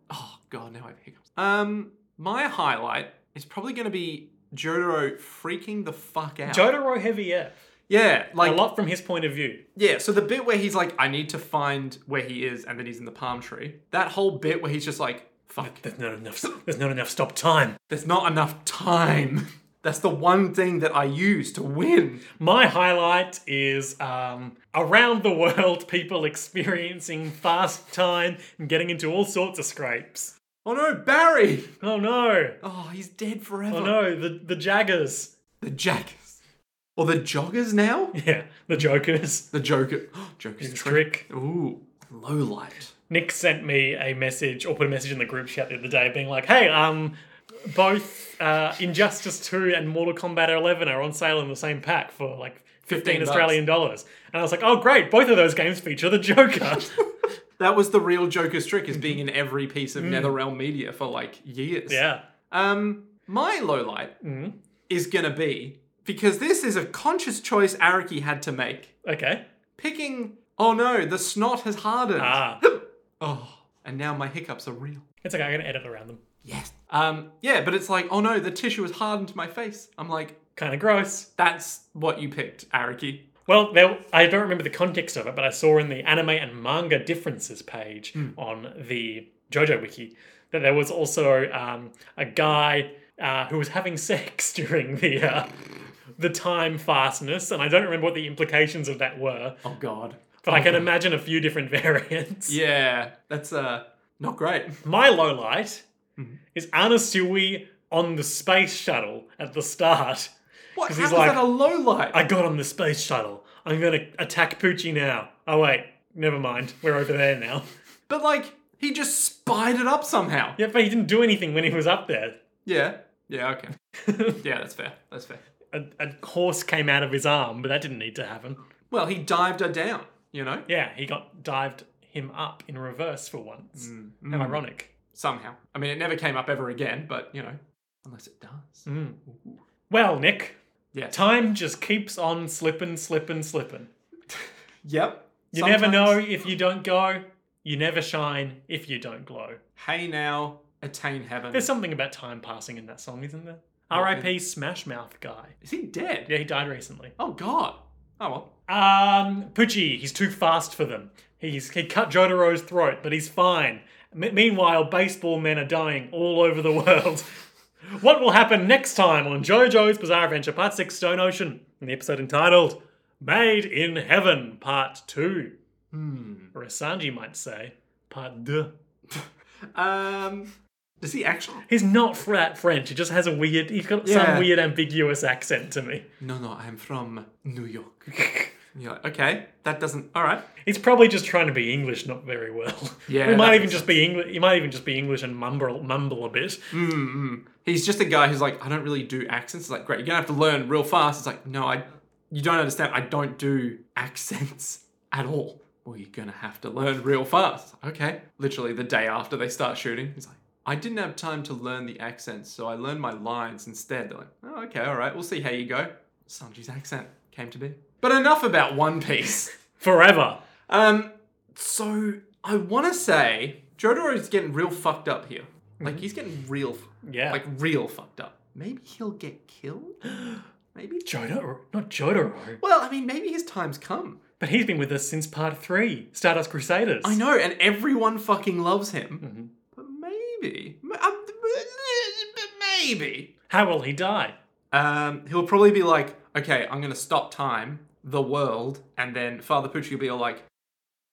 S2: oh god, now I have hiccups. Um, my highlight is probably going to be Jotaro freaking the fuck out.
S1: Jotaro Heavy F.
S2: yeah,
S1: A
S2: like,
S1: lot from his point of view.
S2: yeah, so the bit where he's like, I need to find where he is and that he's in the palm tree. That whole bit where he's just like, fuck,
S1: There's not enough there's not enough stop time.
S2: there's not enough time. That's the one thing that I use to win.
S1: My highlight is um, around the world people experiencing fast time and getting into all sorts of scrapes.
S2: Oh no, Barry!
S1: Oh no.
S2: Oh, he's dead forever.
S1: Oh no, the the Jaggers.
S2: The Jackers. Or the Joggers now?
S1: Yeah, the Jokers.
S2: The Joker. Joker's
S1: The
S2: trick.
S1: trick.
S2: Ooh, low light.
S1: Nick sent me a message or put a message in the group chat the other day being like, hey, um, both uh, Injustice 2 and Mortal Kombat 11 are on sale in the same pack for like 15,
S2: 15 bucks.
S1: Australian dollars. And I was like, oh, great, both of those games feature the Joker.
S2: That was the real Joker's trick, is being in every piece of NetherRealm media for like years.
S1: yeah.
S2: Um, my low light is gonna be because this is a conscious choice Araki had to make.
S1: Okay.
S2: Picking. Oh no, the snot has hardened.
S1: Ah,
S2: Oh, and now my hiccups are real.
S1: it's okay, I'm going to edit around them.
S2: Yes. Um, yeah, but it's like, oh no, the tissue has hardened to my face. I'm like,
S1: Kind of gross.
S2: that's what you picked, Araki.
S1: Well, there, I don't remember the context of it, but I saw in the anime and manga differences page on the JoJo Wiki that there was also um, a guy uh, who was having sex during the uh, the time fastness, and I don't remember what the implications of that were,
S2: Oh god.
S1: but I can imagine a few different variants.
S2: Yeah, that's uh not great.
S1: My low light is Anasui on the space shuttle at the start.
S2: What?
S1: 'Cause
S2: How
S1: he's
S2: is
S1: like-
S2: that a low light?
S1: I got on the space shuttle. I'm gonna attack Poochie now. Oh wait, never mind. We're over there now.
S2: But like he just spied it up somehow.
S1: Yeah, but he didn't do anything when he was up there.
S2: Yeah. Yeah, okay. yeah, that's fair. That's fair.
S1: A, a horse came out of his arm, but that didn't need to happen.
S2: Well, he dived her down, you know?
S1: Yeah, he got dived him up in reverse for once. How ironic.
S2: Mm. Somehow. I mean it never came up ever again, but you know. Unless it does.
S1: Mm. Well, Nick,
S2: Yeah.
S1: time just keeps on slipping, slipping, slipping.
S2: Yep.
S1: You never know if you don't go. You never shine if you don't glow.
S2: Hey now, attain heaven.
S1: There's something about time passing in that song, isn't there? R.I.P. Smash Mouth guy.
S2: Is he dead?
S1: Yeah, he died recently.
S2: Oh god. Oh well.
S1: Um, Poochie, he's too fast for them. He's he cut Jotaro's throat, but he's fine. M- meanwhile, baseball men are dying all over the world. what will happen next time on JoJo's Bizarre Adventure Part Six: Stone Ocean? In the episode entitled "Made in Heaven" Part Two, or as Sanji might say, Part Deux.
S2: Um does he actually
S1: He's not fr- that French. He just has a weird. He's got
S2: Yeah.
S1: some weird ambiguous accent to me.
S2: No no, I'm from New York. And you're like, okay, that doesn't. All right.
S1: It's probably just trying to be English not very well.
S2: Yeah,
S1: it
S2: that
S1: might even
S2: makes
S1: just be English. It might even just be English and mumble mumble a bit.
S2: Mm. Mm-mm. He's just a guy who's like, I don't really do accents. It's like, great, you're gonna have to learn real fast. It's like, no, I, you don't understand. I don't do accents at all. Well, you're gonna have to learn real fast. Okay. Literally the day after they start shooting, he's like, I didn't have time to learn the accents, so I learned my lines instead. They're like, oh, okay, all right, we'll see how you go. Sanji's accent came to be. But enough about One Piece.
S1: Forever.
S2: Um, so I want to say Jotaro is getting real fucked up here. Like he's getting real,
S1: Yeah.
S2: like real fucked up. Maybe he'll get killed. Maybe.
S1: Jotaro, not Jotaro.
S2: Well, I mean, maybe his time's come.
S1: But he's been with us since part three, Stardust Crusaders.
S2: I know, and everyone fucking loves him. But maybe, m- um, but maybe.
S1: How will he die?
S2: Um, he'll probably be like, okay, I'm gonna stop time, the world, and then Father Pooch will be all like,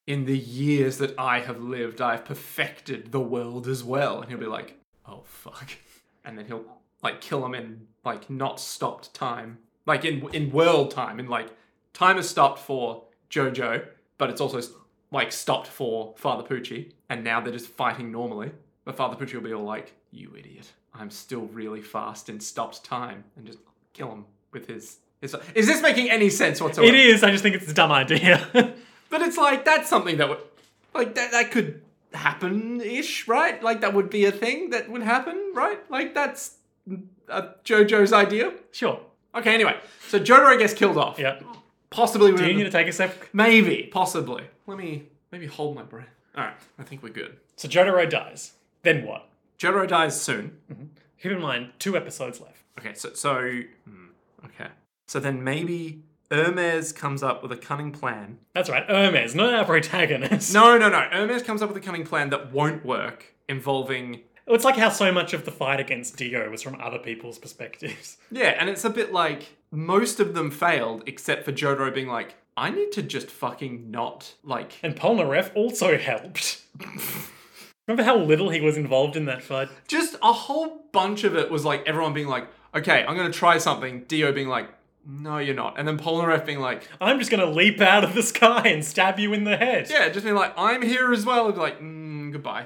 S2: in the years that I have lived, I've perfected the world as well. And he'll be like, oh fuck. And then he'll like kill him in like not stopped time, like in in world time, and like time is stopped for Jojo, but it's also like stopped for Father Poochie, and now they're just fighting normally. But Father Poochie will be all like, "You idiot! I'm still really fast in stopped time," and just kill him with his. his is this making any sense whatsoever?
S1: It is. I just think it's a dumb idea.
S2: But it's like that's something that would, like that that could happen ish, right? Like that would be a thing that would happen, right? Like that's uh, JoJo's idea.
S1: sure.
S2: Okay, anyway, so Jotaro gets killed off.
S1: Yeah.
S2: possibly
S1: Do you
S2: within
S1: need
S2: the-
S1: to take a sec?
S2: maybe, possibly. Let me maybe hold my breath. All right, I think we're good.
S1: So Jotaro dies. Then what?
S2: Jotaro dies soon.
S1: Keep in mind, two episodes left.
S2: Okay, so so hmm, okay, so then maybe Hermes comes up with a cunning plan.
S1: That's right. Hermes, not our protagonist.
S2: No, no, no. Hermes comes up with a cunning plan that won't work, involving
S1: It's like how so much of the fight against Dio was from other people's perspectives.
S2: Yeah, and it's a bit like most of them failed except for Jotaro being like, I need to just fucking not like
S1: And Polnareff also helped. Remember how little he was involved in that fight?
S2: just a whole bunch of it was like everyone being like, okay, I'm gonna try something. Dio being like, no, you're not, and then Polnareff being like,
S1: I'm just gonna leap out of the sky and stab you in the head.
S2: yeah, just being like, I'm here as well, and be like, mm, goodbye.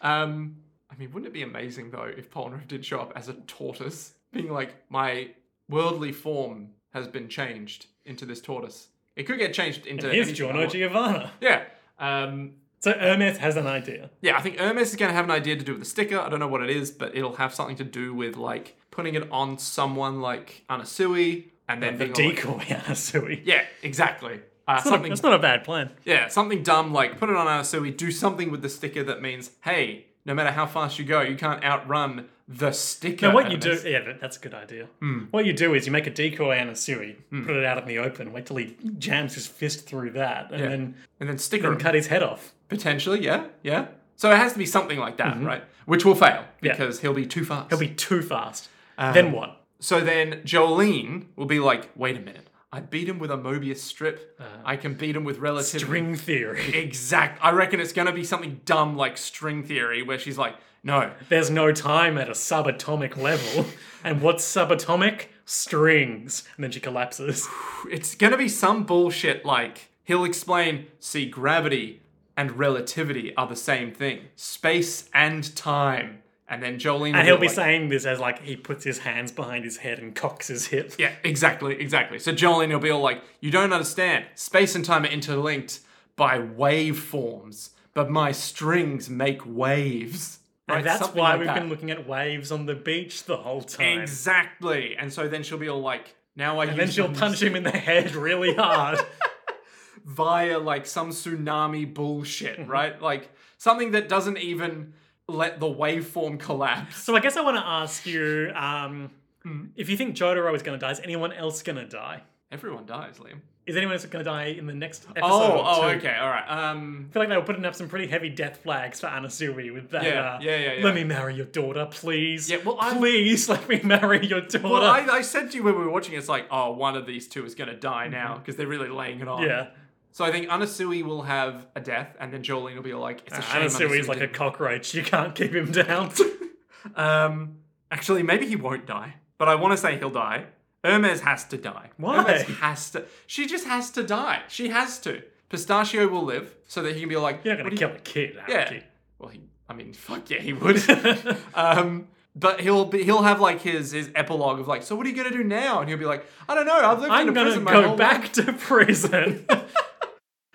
S2: Um, I mean, wouldn't it be amazing though if Polnareff did show up as a tortoise, being like, my worldly form has been changed into this tortoise. It could get changed into.
S1: Here's
S2: anything I
S1: Giorno
S2: want.
S1: Giovanna.
S2: Yeah. Um,
S1: So Hermes has an idea.
S2: yeah, I think Hermes is going to have an idea to do with the sticker. I don't know what it is, but it'll have something to do with like putting it on someone like Anasui and then
S1: The
S2: being all like-
S1: decoy Anasui.
S2: yeah, exactly. Uh,
S1: That's not, a,
S2: something,
S1: that's not a bad plan.
S2: yeah, something dumb like put it on Anasui. Do something with the sticker that means, hey, no matter how fast you go, you can't outrun the sticker.
S1: Now what you do,
S2: Hermes. Hmm.
S1: yeah, that- that's a good idea. What you do is you make a decoy Anasui, put it out in the open, wait till he jams his fist through that, and then
S2: and then sticker him.
S1: cut his head off.
S2: potentially, yeah, yeah. So it has to be something like that, right? Which will fail because he'll be too fast.
S1: It'll Mm-hmm. be too fast.
S2: Uh,
S1: then what?
S2: So then Jolene will be like, wait a minute. I beat him with a Mobius strip. I can beat him with relativity.
S1: Uh-huh. String theory.
S2: Exact. I reckon it's going to be something dumb like string theory where she's like, no.
S1: There's no time at a subatomic level. and what's subatomic? Strings. And then she collapses.
S2: It's going to be some bullshit like he'll explain, see, gravity and relativity are the same thing. Space and time. And then Jolene
S1: And he'll be
S2: like,
S1: saying this as like he puts his hands behind his head and cocks his hip.
S2: Yeah, exactly, exactly. So Jolene will be all like, you don't understand. Space and time are interlinked by waveforms, but my strings make waves. Right,
S1: and that's
S2: something
S1: why
S2: like
S1: we've
S2: that.
S1: been looking at waves on the beach the whole time.
S2: Exactly. And so then she'll be all like, now I
S1: Then
S2: use
S1: she'll
S2: them
S1: punch him in the head really hard.
S2: via like some tsunami bullshit,
S1: Mm-hmm.
S2: right? Like something that doesn't even let the waveform collapse.
S1: so I guess I want to ask you um, if you think Jotaro is going to die, is anyone else going to die?
S2: Everyone dies, Liam.
S1: Is anyone else going to die in the next episode?
S2: Oh,
S1: or
S2: oh,
S1: two?
S2: okay, all right. Um,
S1: I feel like they were putting up some pretty heavy death flags for Anasui with that.
S2: Yeah,
S1: uh,
S2: yeah, yeah, yeah.
S1: Let me marry your daughter, please.
S2: Yeah, well, I'm-
S1: please let me marry your daughter.
S2: well, I, I said to you when we were watching, it's like, oh, one of these two is gonna die now because they're really laying it on.
S1: Mm-hmm. yeah,
S2: So I think Anasui will have a death, and then Jolene will be like, "It's a shame."
S1: Anasui is Uh, like a cockroach. You can't keep him down.
S2: a. Um, actually, maybe he won't die, but I want to say he'll die, Hermes has to die.
S1: Why?
S2: Hermes has to. She just has to die. She has to. Pistachio will live so that he can be like,
S1: You're not
S2: "What
S1: going to
S2: do you-
S1: kill a kid, are
S2: Yeah.
S1: you?
S2: Well, he, I mean, fuck yeah, he would. um, but he'll be, he'll have like his his epilogue of like, so what are you gonna do now? And he'll be like, I don't know. I've lived in
S1: I'm
S2: a
S1: going to
S2: prison my
S1: go
S2: whole
S1: back
S2: life."
S1: to prison.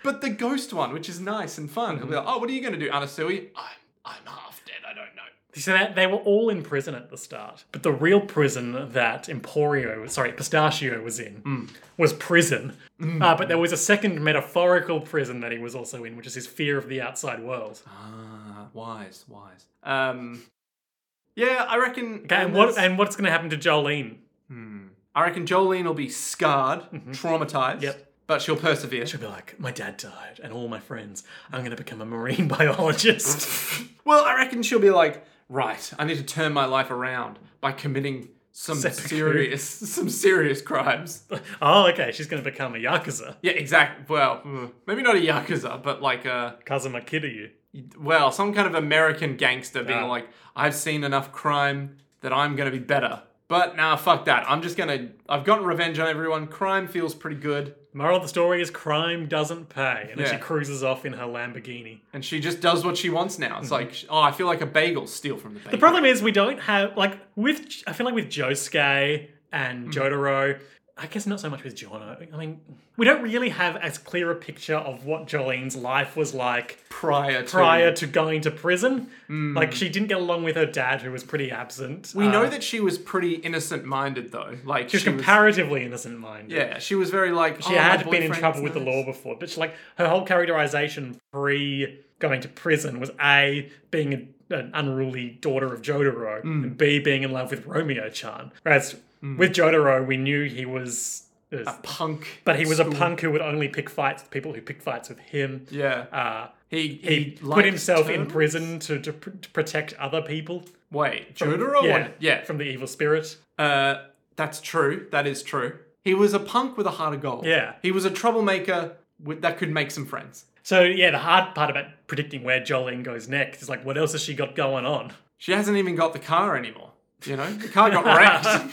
S2: But the ghost one, which is nice and fun, he'll be like,
S1: Mm-hmm.
S2: oh, what are you gonna do, Anasui? I'm I'm half dead. I don't know.
S1: so that they were all in prison at the start. But the real prison that Emporio, sorry, Pistachio was in
S2: Mm.
S1: was prison. Uh, but there was a second metaphorical prison that he was also in, which is his fear of the outside world.
S2: Ah, wise, wise. Um, yeah, I reckon.
S1: Okay, and, what, and what's going to happen to Jolene?
S2: I reckon Jolene will be scarred, traumatized.
S1: Mm-hmm. Yep.
S2: But she'll persevere.
S1: She'll be like, my dad died and all my friends. I'm going to become a marine biologist.
S2: Well, I reckon she'll be like, right, I need to turn my life around by committing some
S1: Seppuku.
S2: serious, some serious crimes.
S1: oh, okay, she's going to become a Yakuza.
S2: yeah, exact. Well, mm, maybe not a yakuza, but like a
S1: Kazuma Kiryu.
S2: well, some kind of American gangster being
S1: Ah.
S2: like, I've seen enough crime that I'm gonna be better. But nah, fuck that. I'm just gonna. I've gotten revenge on everyone. Crime feels pretty good,
S1: Moral of the story is crime doesn't pay. And then she
S2: Yeah.
S1: cruises off in her Lamborghini.
S2: and she just does what she wants now. It's like, oh, I feel like a bagel. Steal from the bagel.
S1: Hmm. The problem is we don't have like with I feel like with Josuke and Jotaro, I guess not so much with Jono. I mean, we don't really have as clear a picture of what Jolene's life was like
S2: prior to
S1: prior to going to prison. Like she didn't get along with her dad, who was pretty absent.
S2: Hmm. We know that she was pretty innocent minded though. Like
S1: uh, she was comparatively innocent minded.
S2: Yeah, she was very like
S1: She
S2: "Oh, my
S1: had been in
S2: boyfriend's
S1: trouble with the
S2: nice."
S1: law before, but she, like her whole characterization pre going to prison was a being a, an unruly daughter of Jotaro,
S2: Hmm.
S1: and b being in love with Romeo Chan. Whereas with Jotaro, we knew he was,
S2: Punk.
S1: but he was a punk who would only pick fights with people who pick fights with him.
S2: Yeah.
S1: Uh,
S2: he
S1: he,
S2: he,
S1: put
S2: liked
S1: himself in
S2: turtles?
S1: prison to, to, pr- to protect other people.
S2: Wait, Jotaro?
S1: yeah,
S2: Yeah. yeah.
S1: from the evil spirit.
S2: Uh, that's true. That is true. He was a punk with a heart of gold.
S1: Yeah.
S2: He was a troublemaker with, that could make some friends.
S1: So yeah, the hard part about predicting where Jolene goes next is like, what else has she got going on?
S2: She hasn't even got the car anymore. You know, the car got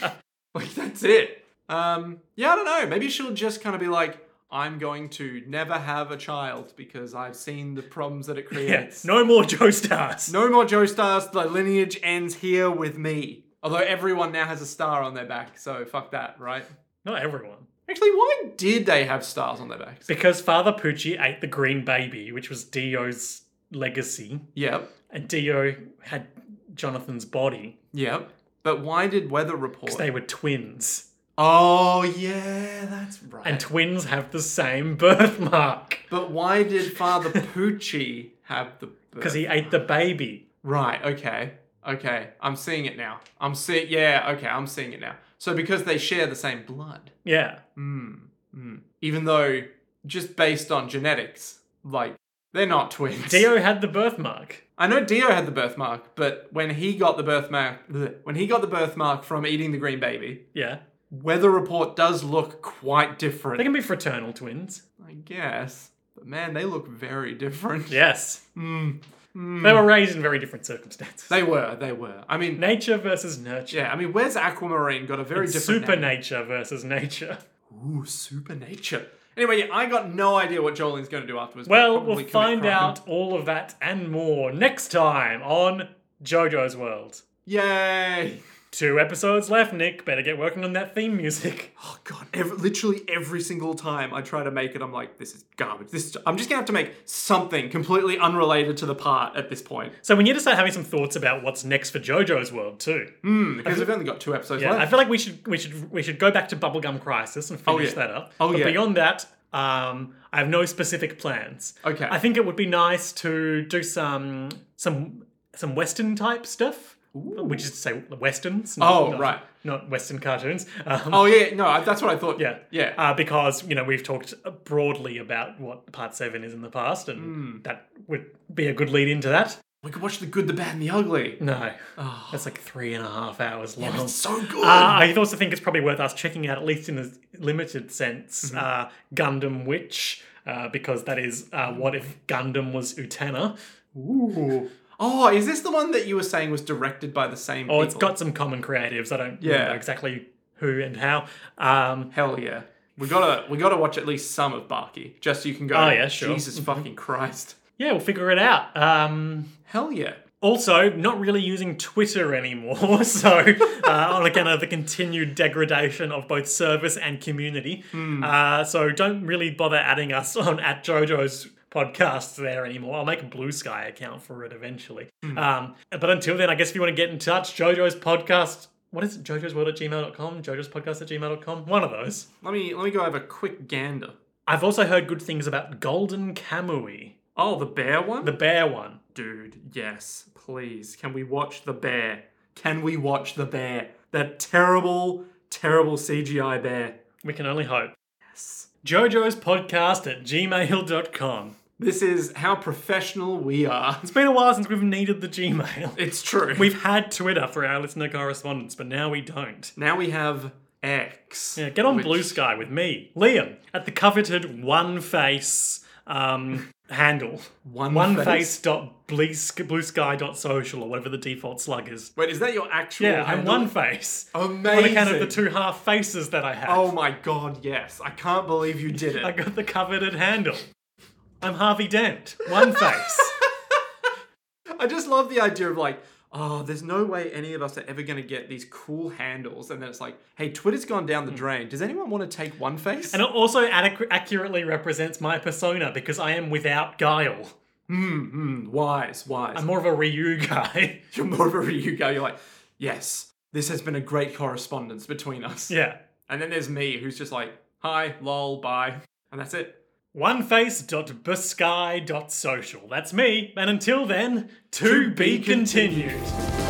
S2: wrecked. like that's it. Um, yeah, I don't know. Maybe she'll just kind of be like, "I'm going to never have a child because I've seen the problems that it
S1: Yeah,
S2: creates."
S1: no more Joe Stars.
S2: No more Joe stars. The lineage ends here with me. Although everyone now has a star on their back, so fuck that, right?
S1: Not everyone.
S2: Actually, why did they have stars on their backs?
S1: Because Father Pucci ate the green baby, which was Dio's legacy,
S2: Yep,
S1: and Dio had Jonathan's body.
S2: yep. But why did weather report?
S1: They were twins,
S2: oh yeah, that's right.
S1: and twins have the same birthmark
S2: but why did Father Poochie have the?
S1: because he ate the baby.
S2: Right. Okay. Okay. I'm seeing it now. I'm see. Yeah. Okay. I'm seeing it now. So because they share the same blood.
S1: Yeah.
S2: Mm, mm. Even though, just based on genetics, like they're not twins.
S1: Dio had the birthmark.
S2: I know Dio had the birthmark, but when he got the birthmark, bleh, when he got the birthmark from eating the green baby,
S1: Yeah.
S2: weather report does look quite different.
S1: They can be fraternal twins.
S2: I guess, but man, they look very different.
S1: Yes.
S2: Mm,
S1: They were raised in very different circumstances.
S2: they were. They were. I mean,
S1: Nature versus nurture.
S2: yeah. I mean, where's Aquamarine got a very different
S1: Super
S2: name?
S1: nature versus nature.
S2: Ooh, super nature. Anyway, yeah, I got no idea what Jolene's going to do afterwards. but
S1: Well,
S2: probably
S1: we'll
S2: commit
S1: find
S2: crime.
S1: out all of that and more next time on JoJo's World.
S2: Yay!
S1: Two episodes left, Nick. Better get working on that theme music.
S2: Oh god, ev literally every single time I try to make it, I'm like, this is garbage. This is- I'm just gonna have to make something completely unrelated to the part at this point.
S1: So we need to start having some thoughts about what's next for JoJo's World too.
S2: Hmm, because we've only got two episodes
S1: Yeah, I
S2: left.
S1: feel like we should we should we should go back to Bubblegum Crisis and finish
S2: yeah.
S1: that up.
S2: Oh,
S1: but
S2: yeah.
S1: Beyond that, um, I have no specific plans.
S2: Okay.
S1: I think it would be nice to do some some some Western type stuff, which is to say westerns. Not,
S2: Oh,
S1: not-
S2: right.
S1: Not Western cartoons. Um,
S2: oh yeah, no, I, that's what I thought.
S1: Yeah.
S2: yeah.
S1: Uh, because, you know, we've talked broadly about what Part 7 is in the past,
S2: Hmm.
S1: and that would be a good lead into that.
S2: we could watch the good, the bad, and the ugly.
S1: No.
S2: Oh.
S1: That's like three and a half hours long.
S2: It's so
S1: Mm. uh,
S2: good.
S1: I also think it's probably worth us checking out, at least in a limited sense,
S2: Mm-hmm.
S1: uh, Gundam Witch, uh, because that is uh,
S2: Mm-hmm.
S1: what if Gundam was Utana?
S2: Ooh. Oh, is this the one that you were saying was directed by the same?
S1: Oh, it's got some common creatives. I don't
S2: Yeah.
S1: remember exactly who and how. Um,
S2: Hell yeah. We gotta we gotta watch at least some of Barky, just so you can go.
S1: Oh, yeah, sure.
S2: Jesus fucking Christ.
S1: yeah, we'll figure it out. Um,
S2: Hell yeah.
S1: also, not really using Twitter anymore, so uh, on account of the continued degradation of both service and community. Uh, so don't really bother adding us on at JoJo's podcast there anymore. I'll make a Blue Sky account for it eventually. Um, but until then, I guess if you want to get in touch, JoJo's podcast. What is it? JoJo's World at gmail.com? JoJo's Podcast at gmail.com? One of those.
S2: Let me let me go have a quick gander.
S1: I've also heard good things about Golden Kamui,
S2: Oh, the bear one?
S1: the bear one.
S2: Dude, yes, please. Can we watch the bear? Can we watch the bear? That terrible, terrible CGI bear.
S1: We can only hope.
S2: Yes.
S1: Jojo's podcast at gmail.com.
S2: This is how professional we are.
S1: It's been a while since we've needed the Gmail.
S2: It's true.
S1: We've had Twitter for our listener correspondence, but now we don't.
S2: now we have X.
S1: Yeah, get on
S2: which-
S1: Blue Sky with me, Liam, at the coveted One Face um, handle.
S2: One face?
S1: OneFace.bluesky.social or whatever the default slug is.
S2: Wait, is that your actual?
S1: Yeah, I'm
S2: handle?
S1: One Face. On
S2: Amazing.
S1: account of the two half faces that I have.
S2: Oh my god, yes. I can't believe you did
S1: I
S2: it.
S1: got the coveted handle. I'm Harvey Dent. One face.
S2: I just love the idea of like, oh, there's no way any of us are ever going to get these cool handles. And then it's like, hey, Twitter's gone down the drain. Does anyone want to take one face?
S1: Hmm. and it also adequ- accurately represents my persona because I am without guile.
S2: Mm, wise, wise.
S1: I'm more of a Ryu guy.
S2: You're more of a Ryu guy. You're like, yes, this has been a great correspondence between us.
S1: yeah.
S2: And then there's me who's just like, hi, lol, bye. And that's it.
S1: Oneface.busky.social. That's me. And until then, to be continued.